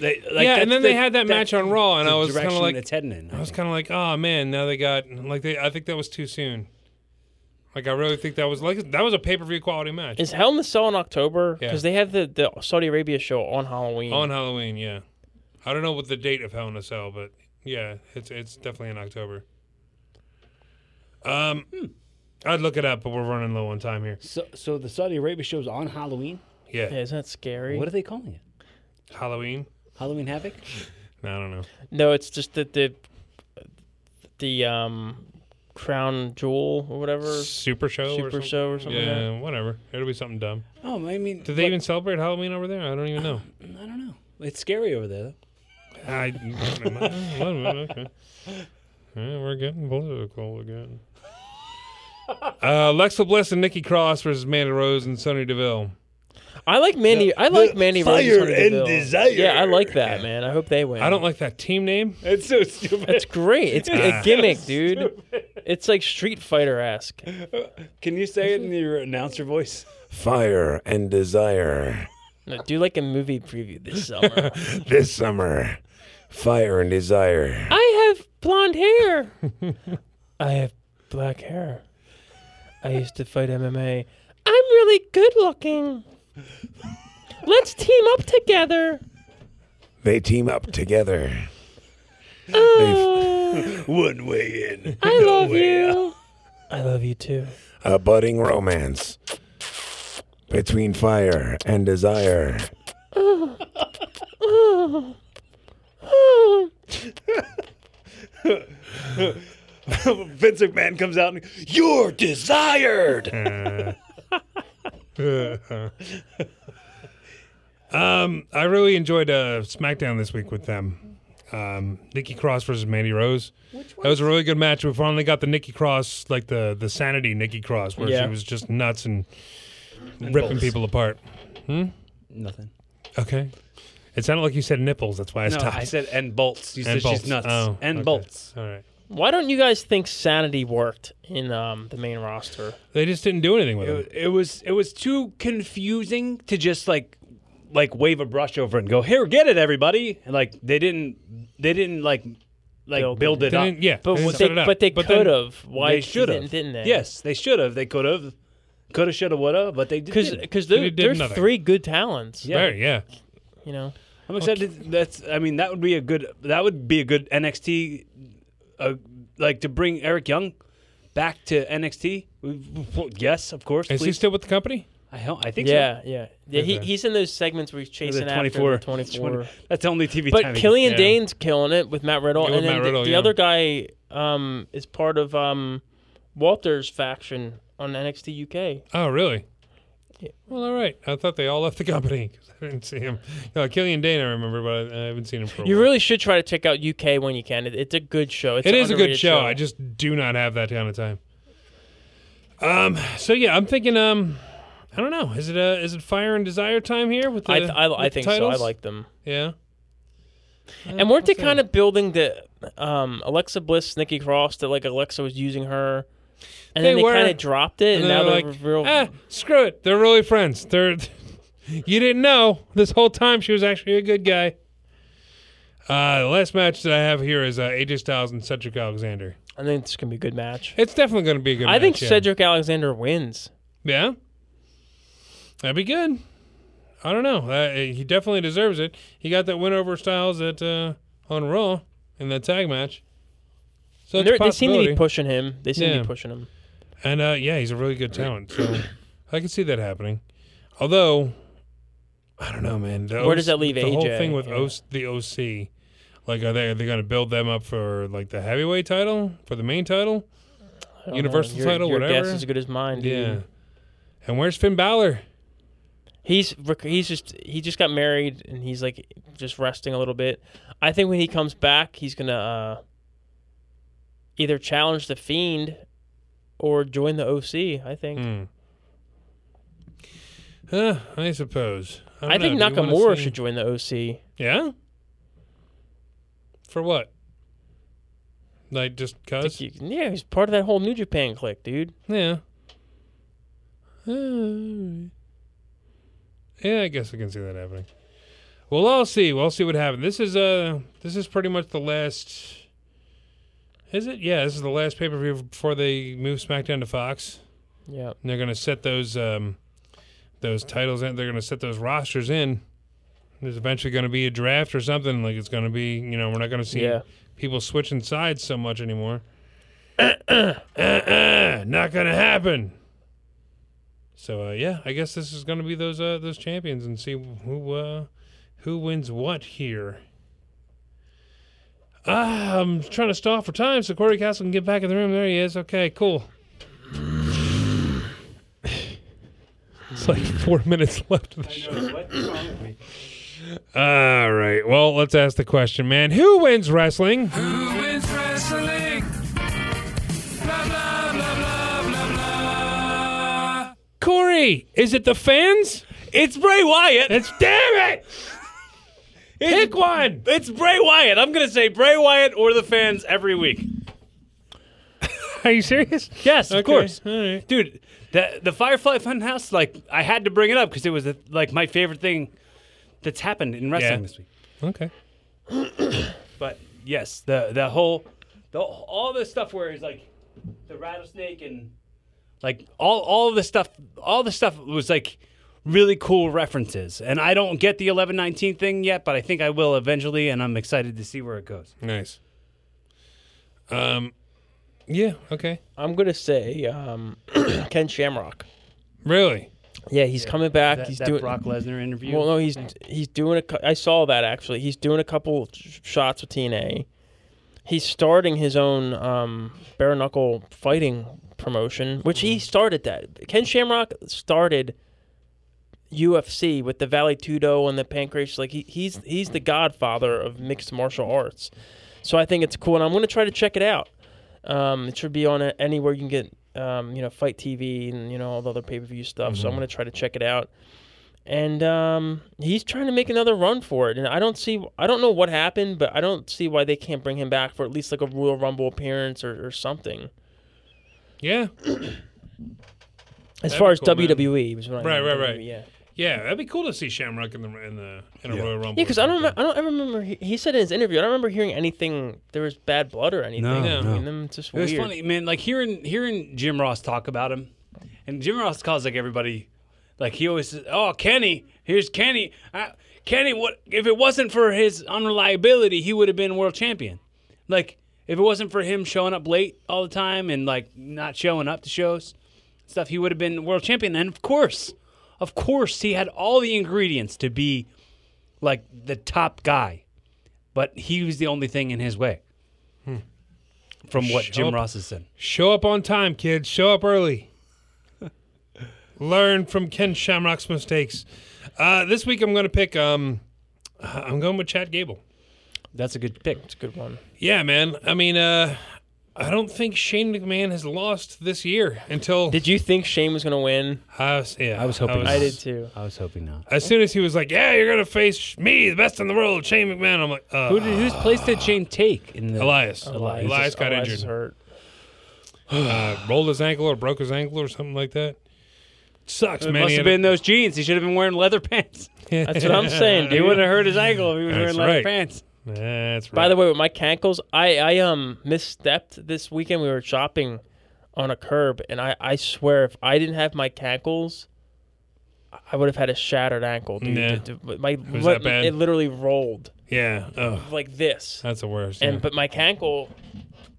S8: They, like
S6: yeah,
S8: that's
S6: and then
S8: the-
S6: they had that match
S8: that's
S6: on Raw, and
S8: the
S6: I was kind of
S8: direction
S6: like,
S8: it's heading in.
S6: I was kind of like, oh man, now they got like they. I think that was too soon. Like I really think that was like that was a pay per view quality match
S4: Is Hell in the Cell in October?
S6: Yeah.
S4: Because they have the, the Saudi Arabia show on Halloween.
S6: on Halloween. Yeah, I don't know what the date of Hell in a Cell, but yeah, it's it's definitely in October. Um, I'd look it up, but we're running low on time here.
S8: so, so the Saudi Arabia show's on Halloween.
S6: Yeah,
S4: yeah, isn't that scary?
S8: What are they calling it?
S6: Halloween.
S8: Halloween Havoc.
S6: No, I don't know.
S4: no, it's just that the the um crown jewel or whatever.
S6: Super show. or
S4: Super
S6: something?
S4: show or something like
S6: Yeah, whatever. It'll be something dumb.
S8: Oh, I mean,
S6: Do they even celebrate Halloween over there? I don't even know.
S8: I don't know. It's scary over there. Though.
S6: I, [LAUGHS] okay. Yeah, we're getting political again. [LAUGHS] Uh, Lexa Bliss and Nikki Cross versus Mandy Rose and Sonny Deville.
S4: I like Mandy. I like Mandy. Rose
S8: fire
S4: Sonya
S8: and
S4: Deville.
S8: desire.
S4: Yeah, I like that man. I hope they win.
S6: I don't like that team [LAUGHS] name.
S8: It's so stupid.
S6: [LAUGHS]
S4: It's great. It's a gimmick, dude. It's like Street Fighter esque.
S8: Can you say it in your announcer voice?
S3: Fire and desire.
S4: No, do like a movie preview this summer.
S3: This summer, Fire and Desire.
S4: I have blonde hair. I have black hair. I used to fight MMA. I'm really good looking. Let's team up together.
S3: They team up together.
S4: Oh,
S3: [LAUGHS] One way in,
S4: I love you. I love you too.
S3: a budding romance between Fire and Desire.
S4: Oh,
S8: Vince McMahon comes out and you're desired.
S6: [LAUGHS] Um, I really enjoyed uh, SmackDown this week with them. Um, Nikki Cross versus Mandy Rose. Which that was a really good match. We finally got the Nikki Cross, like the the sanity Nikki Cross, where
S4: Yeah.
S6: she was just nuts and, ripping
S8: balls.
S6: people apart.
S8: Nothing.
S6: Okay, it sounded like you said nipples. That's why I
S8: No,
S6: stopped.
S8: I said and bolts. You
S6: And
S8: said
S6: bolts.
S8: she's nuts.
S6: Oh,
S8: and
S6: okay.
S8: bolts.
S6: All right,
S4: Why don't you guys think sanity worked in um, the main roster?
S6: they just didn't do anything with it.
S8: It was it was too confusing to just like like wave a brush over and go here get it everybody and like they didn't they didn't like like
S4: Build
S8: build,
S4: it.
S8: it
S6: They
S8: up.
S6: didn't- yeah,
S4: But
S6: they
S4: what
S6: set
S4: they,
S6: it up.
S4: but they
S6: then-
S4: could have. Why
S8: they should have
S4: didn't, didn't they?
S8: Yes, they should have. They could have. Could have, should have, would have, but they didn't.
S4: because
S6: They
S4: they're,
S6: did
S4: they're
S6: nothing.
S4: three good talents.
S8: Yeah.
S6: Right, yeah.
S4: you know.
S8: I'm excited. That's. I mean, that would be a good. That would be a good NXT. Uh, like to bring Eric Young back to NXT. We- well, Yes, of course.
S6: Is he
S8: please.
S6: still with the company?
S8: I, ho- I think.
S4: Yeah, yeah, yeah. He,
S6: Okay.
S4: he's in those segments where he's
S8: So.
S4: chasing
S8: The
S4: after
S8: 24.
S4: the twenty-four.
S8: That's the only TV time.
S4: But
S8: he-
S4: Killian
S6: yeah.
S4: Dane's killing it with Matt Riddle,
S6: Yeah, with
S4: and then
S6: Matt
S4: the-
S6: Riddle,
S4: the,
S6: yeah.
S4: other guy um, is part of um, Walter's faction on NXT UK.
S6: Oh, really? Well, all right. I thought they all left the company [LAUGHS] 'cause I didn't see him. No, Killian Dane, I remember, but I, I haven't seen him for a
S4: You
S6: while.
S4: really should try to check out UK when you can. It, it's a good show. It's
S6: It
S4: an
S6: is a good
S4: underrated
S6: show. I just do not have that kind of time. Um. So yeah, I'm thinking. Um. I don't know. Is it uh is it fire and desire time here with the?
S4: I, th- I, I
S6: with uh, the
S4: think
S6: titles?
S4: so. I like them.
S6: Yeah.
S4: And weren't they kind of building the um, Alexa Bliss, Nikki Cross that like Alexa was using her, and then
S6: They
S4: they
S6: were.
S4: kind of dropped it, and,
S6: And
S4: now
S6: they're
S4: they're
S6: like,
S4: real.
S6: ah, screw it. They're really friends. They're. [LAUGHS] You didn't know this whole time she was actually a good guy. Uh, the last match that I have here is uh, AJ Styles and Cedric Alexander.
S4: I think it's gonna be a good match.
S6: It's definitely going to be a good.
S4: I
S6: match,
S4: think
S6: yeah.
S4: Cedric Alexander wins.
S6: Yeah, that'd be good. I don't know. Uh, he definitely deserves it. He got that win over Styles at uh, on Raw in that tag match. So it's
S4: They're-
S6: a
S4: They seem to be
S6: possibility.
S4: pushing him. They seem to
S6: Yeah.
S4: be pushing him.
S6: And uh, yeah, he's a really good talent. So I can see that happening. Although I don't know, man. The
S4: Where
S6: O-
S4: does that leave
S6: the whole
S4: AJ?
S6: thing with
S4: Yeah.
S6: o- the OC? Like, are they are they going to build them up for like the heavyweight title for the main title?
S4: I don't
S6: Universal
S4: know. Your-
S6: title,
S4: your
S6: whatever.
S4: guess is as good as mine. Dude.
S6: Yeah. And where's Finn Balor?
S4: he's rec- he's just he just got married and he's like just resting a little bit. I think when he comes back, he's gonna uh, either challenge the fiend or join the OC. I think.
S6: Hmm. Huh, I suppose. I,
S4: I
S6: don't
S4: think
S6: know. Do you wanna
S4: Nakamura
S6: see-
S4: should join the OC.
S6: Yeah. For what? Like just
S4: I
S6: cause?
S4: think you- yeah, he's part of that whole New Japan clique, dude.
S6: Yeah. Uh, Yeah, I guess I can see that happening. Well, I'll see. We'll see what happens. This is uh, this is pretty much the last. Is it? Yeah, this is the last pay per view before they move SmackDown to Fox.
S4: Yeah.
S6: And they're going to set those um, those titles in. They're going to set those rosters in. There's eventually going to be a draft or something. Like it's going to be, you know, we're not going to see
S4: Yeah.
S6: people switching sides so much anymore. [COUGHS] uh-uh, not going to happen. So uh, yeah, I guess this is going to be those uh, those champions and see who uh, who wins what here. Ah, I'm trying to stall for time so Corey Castle can get back in the room. There he is. Okay, cool. It's like four minutes left of the show. All right. Well, let's ask the question, man. Who wins wrestling?
S1: Who wins wrestling? Blah, blah, blah, blah, blah, blah.
S6: Corey, is it the fans?
S8: It's Bray Wyatt.
S6: It's damn it! Pick one.
S8: It's Bray Wyatt. I'm gonna say Bray Wyatt or the fans every week.
S6: Are you serious?
S8: Yes, of
S6: Okay,
S8: course,
S6: all right.
S8: dude. The the Firefly Funhouse, like I had to bring it up because it was like my favorite thing that's happened in wrestling
S6: Yeah.
S8: this week.
S6: Okay.
S8: But yes, the the whole, the all this stuff where he's like the rattlesnake and like all all of the stuff, all the stuff was like really cool references. And I don't get the eleven nineteen thing yet, but I think I will eventually, and I'm excited to see where it goes.
S6: Nice. Um, yeah. Okay.
S4: I'm gonna say um, [CLEARS THROAT] Ken Shamrock.
S6: Really?
S4: Yeah, he's coming back.
S8: That,
S4: he's
S8: that
S4: doing
S8: Brock Lesnar interview.
S4: Well, no, he's he's doing a. cou- I saw that actually. He's doing a couple sh- shots with TNA. He's starting his own um, bare knuckle fighting promotion, which he started that. Ken Shamrock started UFC with the Valley Tudo and the Pancrase. Like he, he's he's the godfather of mixed martial arts. So I think it's cool, and I'm going to try to check it out. Um, it should be on a, anywhere you can get, um, you know, Fight TV and you know all the other pay per view stuff. So I'm going to try to check it out. And um, he's trying to make another run for it, and I don't see, I don't know what happened, but I don't see why they can't bring him back for at least like a Royal Rumble appearance or, or something.
S6: Yeah.
S4: As
S6: That'd
S4: far
S6: be
S4: as
S6: cool, man.
S4: WWE, was what I
S6: Right,
S4: meant,
S6: right, right.
S4: WWE, Yeah,
S6: Yeah. That'd be cool to see Shamrock in the in the in a Royal Rumble.
S4: yeah, because I don't, remember, I don't ever remember. He, he said in his interview, I don't remember hearing anything. There was bad blood or anything.
S8: No,
S4: between
S8: no.
S4: them. It's just
S8: It was
S4: weird.
S8: funny, man. Like hearing hearing Jim Ross talk about him, and Jim Ross calls like everybody, like he always says, "Oh, Kenny, here's Kenny. I, Kenny, what if it wasn't for his unreliability, he would have been world champion. Like if it wasn't for him showing up late all the time and like not showing up to shows, stuff, he would have been world champion. And of course, of course, he had all the ingredients to be like the top guy, but he was the only thing in his way." From what
S6: Show
S8: Jim
S6: up.
S8: Ross has said.
S6: Show up on time, kids. Show up early. Learn from Ken Shamrock's mistakes. Uh, this week I'm going to pick. Um, I'm going with Chad Gable.
S8: That's a good pick.
S4: It's a good one.
S6: Yeah, man. I mean, uh, I don't think Shane McMahon has lost this year until.
S4: Did you think Shane was going to win?
S6: I was, yeah, I
S8: was hoping
S4: I did too.
S8: I was hoping not.
S6: As soon as he was like, "Yeah, you're gonna face me, the best in the world, Shane McMahon," I'm like, uh,
S8: Who did, whose place did [SIGHS] Shane take in the?
S6: Elias.
S8: Elias.
S6: Elias, got
S4: Elias is
S6: injured.
S4: Hurt.
S6: Uh, rolled his ankle or broke his ankle or something like that. Sucks,
S8: It
S6: man.
S8: must
S6: He
S8: have
S6: had
S8: been those jeans. He should have been wearing leather pants.
S4: That's what I'm
S6: [LAUGHS]
S4: saying,
S8: He
S4: dude.
S8: wouldn't have hurt his ankle if he was
S6: That's
S8: wearing leather
S6: right.
S8: pants.
S6: a- That's right.
S4: By the way, with my cankles, I I um misstepped this weekend. We were shopping on a curb, and I I swear if I didn't have my cankles, I would have had a shattered ankle. Dude.
S6: Yeah.
S4: D- d- My
S6: was
S4: what-
S6: that bad?
S4: it literally rolled
S6: yeah, oh,
S4: like this.
S6: that's the worst.
S4: And but my cankle,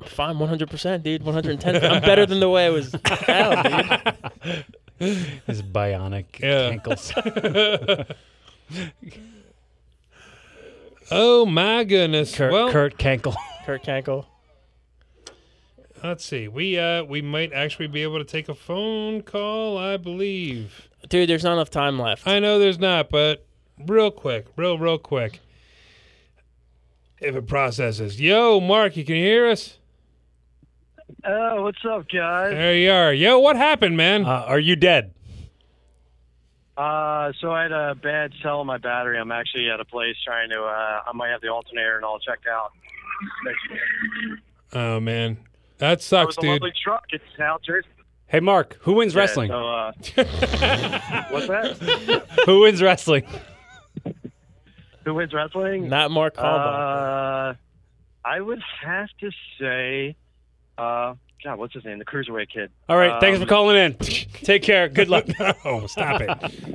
S4: fine, 100 percent, dude, 110. I'm better than the way I was. Out, dude.
S8: [LAUGHS]
S6: [LAUGHS]
S8: His bionic [LAUGHS]
S6: Yeah.
S8: ankles.
S6: Oh my goodness.
S8: Kurt,
S6: well,
S8: Kurt Kankle.
S4: Kurt Cankle.
S6: let's see. We uh we might actually be able to take a phone call, I believe.
S4: Dude, there's not enough time left.
S6: I know there's not, but real quick, real real quick. If it processes. Yo, Mark, you can hear us?
S5: Oh, what's up, guys?
S6: There you are. Yo, what happened, man?
S8: Uh, are you dead?
S5: Uh, so I had a bad cell in my battery. I'm actually at a place trying to. Uh, I might have the alternator, and I'll check out.
S6: oh man. That
S5: It
S6: sucks,
S5: was a
S6: dude.
S5: lovely truck. It's now Jersey.
S8: Hey, Mark. Who wins wrestling?
S5: So,
S6: [LAUGHS]
S5: uh, what's that?
S8: who wins wrestling?
S5: Who wins wrestling?
S4: Not Mark Kalbach.
S5: Uh, I would have to say, uh, God, what's his name? The cruiserweight kid.
S8: All right. thanks for
S5: Um,
S8: calling in. Take care. Good
S6: [LAUGHS]
S8: luck.
S6: oh, stop it.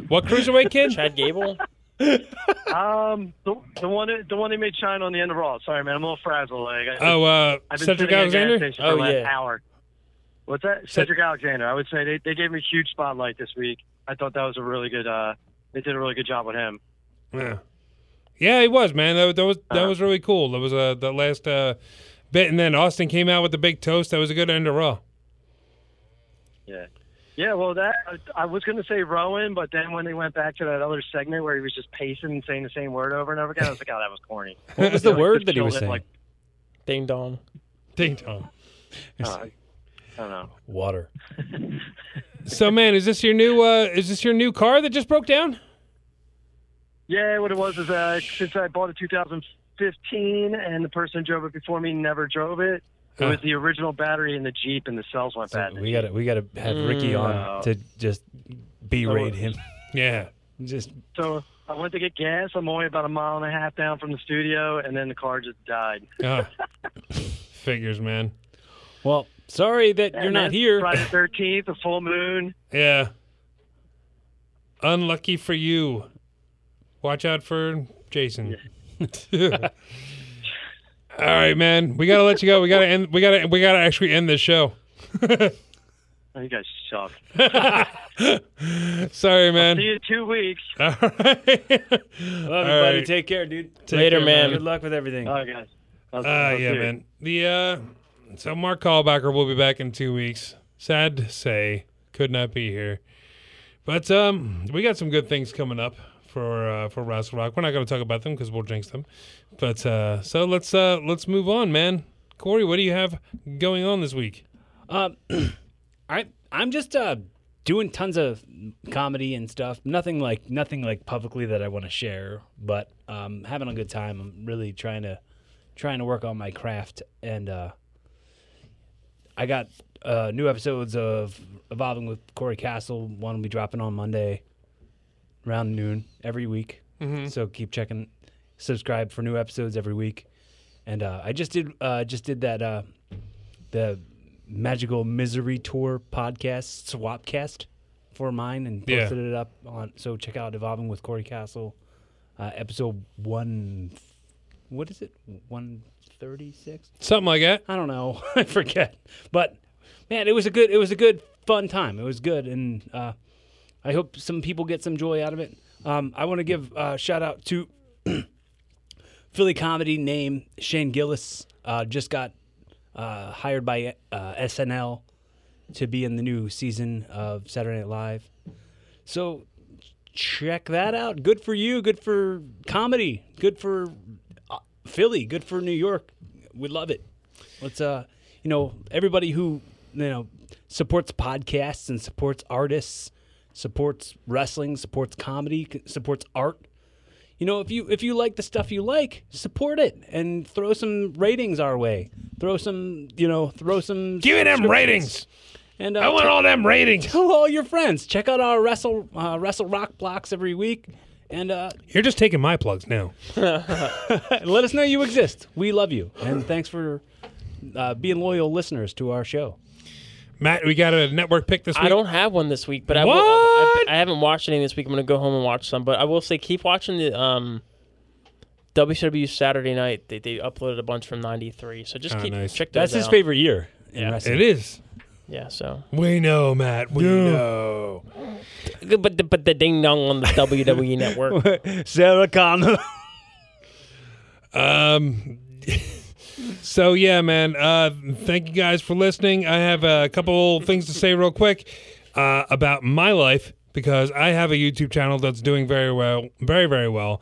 S6: what
S5: [LAUGHS]
S6: cruiserweight kid?
S4: Chad Gable.
S5: Um, the, the one that- the one they made shine on the end of Raw. Sorry, man, I'm a little frazzled. Like, I-
S6: Oh, uh
S5: I've been
S6: Cedric
S5: sitting at a gas
S6: Alexander?
S5: station for
S4: Oh,
S5: the last
S4: yeah.
S5: hour. What's that? Cedric Alexander. I would say they, they gave him a huge spotlight this week. I thought that was a really good. Uh, they did a really good job with him.
S6: Yeah, yeah, he was man. That, that was
S5: Uh-huh.
S6: that was really cool. That was uh, the last uh, bit, and then Austin came out with the big toast. That was a good end of Raw.
S5: Yeah. Yeah, well, that I was going to say Rowan, but then when they went back to that other segment where he was just pacing and saying the same word over and over again, I was like, oh, that was corny.
S8: What was
S5: [LAUGHS]
S8: the
S5: Like,
S8: word
S5: just
S8: that he
S5: killed
S8: was
S5: it,
S8: saying?
S5: Like,
S4: Ding dong.
S6: Ding dong.
S8: [LAUGHS]
S5: uh, I don't know.
S8: [LAUGHS] Water.
S6: So man, is this your new uh, is this your new car that just broke down?
S5: Yeah, what it was is uh, since I bought it 2015 and the person who drove it before me never drove it, It was the original battery in the Jeep, and the cells went bad. in the
S9: We gotta we gotta have
S6: Mm.
S9: Ricky on to just berate him.
S6: Yeah.
S9: Just
S5: So I went to get gas. I'm only about a mile and a half down from the studio, and then the car just died.
S6: Ah. [LAUGHS] Figures, man.
S8: Well, sorry that you're
S5: And
S8: not
S5: that's
S8: here.
S5: Friday the 13th, a full moon.
S6: Yeah. Unlucky for you. Watch out for Jason. [LAUGHS] All right, man. We gotta let you go. We gotta end. We gotta. We gotta actually end this show.
S5: Oh, you guys suck.
S6: Sorry, man.
S5: See you in two weeks.
S6: [LAUGHS] All right.
S8: Love you,
S6: All
S8: buddy.
S6: right.
S8: Take care, dude.
S4: Later,
S6: care,
S4: man.
S8: Good luck with everything.
S5: All right, guys. I'll-
S6: Uh,
S5: I'll
S6: yeah,
S5: see you.
S6: man. The uh, so Mark Callbacker will be back in two weeks. Sad to say, could not be here, but um, we got some good things coming up for uh, for Rascal Rock. We're not going to talk about them because we'll jinx them. But uh, so let's uh, let's move on, man. Corey, what do you have going on this week?
S8: I I'm just uh doing tons of comedy and stuff. Nothing like nothing like publicly that I want to share, but um having a good time. I'm really trying to trying to work on my craft and uh I got uh new episodes of Evolving with Corey Castle. One will be dropping on Monday around noon every week. So keep checking subscribe for new episodes every week. And uh I just did uh just did that uh the Magical Misery Tour podcast swapcast for mine and
S6: Yeah.
S8: posted it up on. So check out Evolving with Corey Castle, uh, episode one. What is it? One thirty six.
S6: Something like that.
S8: I don't know. [LAUGHS] I forget. But man, it was a good. It was a good fun time. It was good, and uh, I hope some people get some joy out of it. Um, I want to give uh, shout out to [CLEARS THROAT] Philly comedy name Shane Gillis. Uh, just got uh, hired by uh, SNL to be in the new season of Saturday Night Live. So check that out. Good for you. Good for comedy. Good for uh, Philly. Good for New York. We love it. Let's uh, you know, everybody who you know supports podcasts and supports artists, supports wrestling, supports comedy, c- supports art. You know, if you if you like the stuff you like, support it and throw some ratings our way. Throw some, you know, throw some.
S6: Give me them
S8: subscriptions.
S6: ratings.
S8: And uh,
S6: I want all them ratings.
S8: tell all your friends. Check out our Wrestle uh, Wrestle Rock blocks every week, and uh,
S6: You're just taking my plugs now.
S8: let us know you exist. We love you, [LAUGHS] and thanks for uh, being loyal listeners to our show.
S6: Matt, we got a network pick this week.
S4: I don't have one this week, but I, will, I,
S6: What?
S4: I haven't watched any this week. I'm gonna go home and watch some, but I will say keep watching the um, WCW Saturday night. They, they uploaded a bunch from '93, so just
S6: Oh,
S4: keep
S6: nice.
S4: check those
S8: That's his
S4: out.
S8: favorite year in
S4: Yeah.
S8: wrestling.
S6: It is.
S4: Yeah, so
S6: We know, Matt. We know.
S4: but the, but the ding dong on the
S6: [LAUGHS]
S4: WWE network.
S8: Sarah Connor.
S6: Um, [LAUGHS] so yeah, man. Uh, thank you guys for listening. I have a couple things to say real quick uh, about my life because I have a YouTube channel that's doing very well, very very well.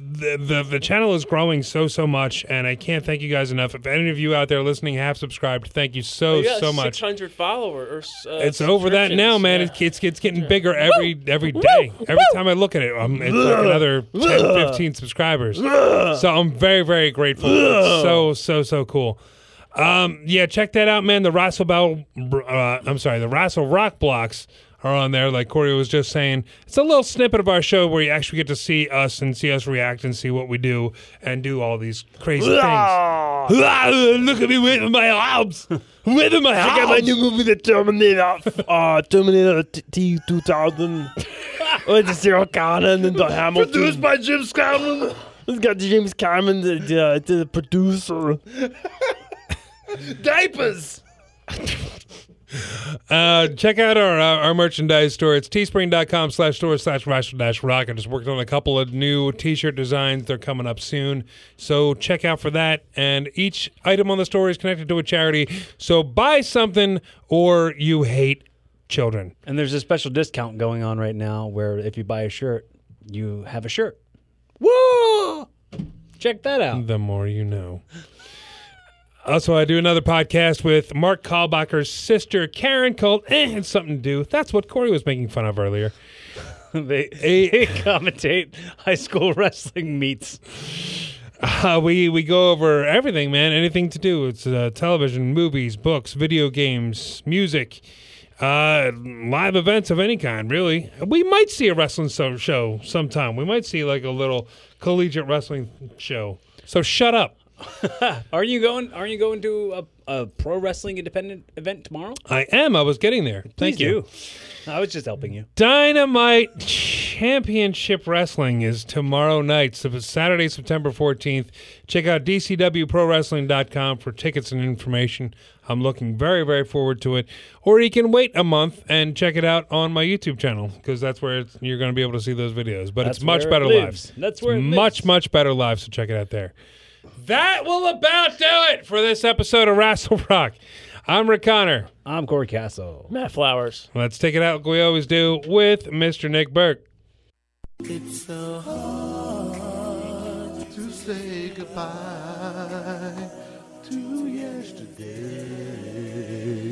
S6: The, the the channel is growing so so much, and I can't thank you guys enough. If any of you out there listening have subscribed, thank you
S4: Oh,
S6: so so much.
S4: 600 followers.
S8: uh,
S6: It's over that now, man. It's, it's it's getting bigger every every day. Every time I look at it, um, it's like another 10, 15 subscribers. So I'm very very grateful. It's so so so cool. Um, yeah, check that out, man. The Russell Bell, uh, I'm sorry, the Russell Rock blocks are on there. Like Corey was just saying, it's a little snippet of our show where you actually get to see us and see us react and see what we do and do all these crazy things. Ah, Look at me waving my arms, waving my arms.
S9: movie, The Terminator, uh, Terminator T two [LAUGHS] thousand. Oh, With the Sarah Connor and the Hamilton. Produced by James Cameron. It's got James Cameron, the, the, the producer. [LAUGHS] Diapers.
S6: Uh, check out our uh, our merchandise store. It's teespring.com slash store slash rational dash rock. I just worked on a couple of new t shirt designs. They're coming up soon. So check out for that. And each item on the store is connected to a charity. So buy something or you hate children.
S8: [LAUGHS] and there's a special discount going on right now where if you buy a shirt, you have a shirt. Whoa! Check that out.
S6: The more you know. Also, I do another podcast with Mark Kalbacher's sister, Karen, called eh, It's Something to Do. That's what Corey was making fun of earlier.
S8: [LAUGHS] they
S6: A-
S8: [LAUGHS] commentate high school wrestling meets.
S6: Uh, we we go over everything, man. Anything to do. It's uh, television, movies, books, video games, music, uh, live events of any kind. Really, we might see a wrestling so- show sometime. We might see like a little collegiate wrestling show. So shut up.
S8: Aren't you going? Aren't you going to a, a pro wrestling independent event tomorrow?
S6: I am. I was getting there. Thank
S8: Please
S6: you.
S8: do. I was just helping you.
S6: Dynamite Championship Wrestling is tomorrow night, so it's Saturday, September 14th. Check out DCWProWrestling.com for tickets and information. I'm looking very, very forward to it. Or you can wait a month and check it out on my YouTube channel because that's where it's, you're going to be able to see those videos. But
S8: That's
S6: it's much
S8: where it
S6: better
S8: lives.
S6: live.
S8: That's where it
S6: It's much,
S8: lives.
S6: much better live, so check it out there. That will about do it for this episode of Wrestle Rock. I'm Rick Connor.
S8: I'm Corey Castle.
S4: Matt Flowers.
S6: Let's take it out like we always do with Mr. Nick Burke.
S7: To say goodbye to yesterday.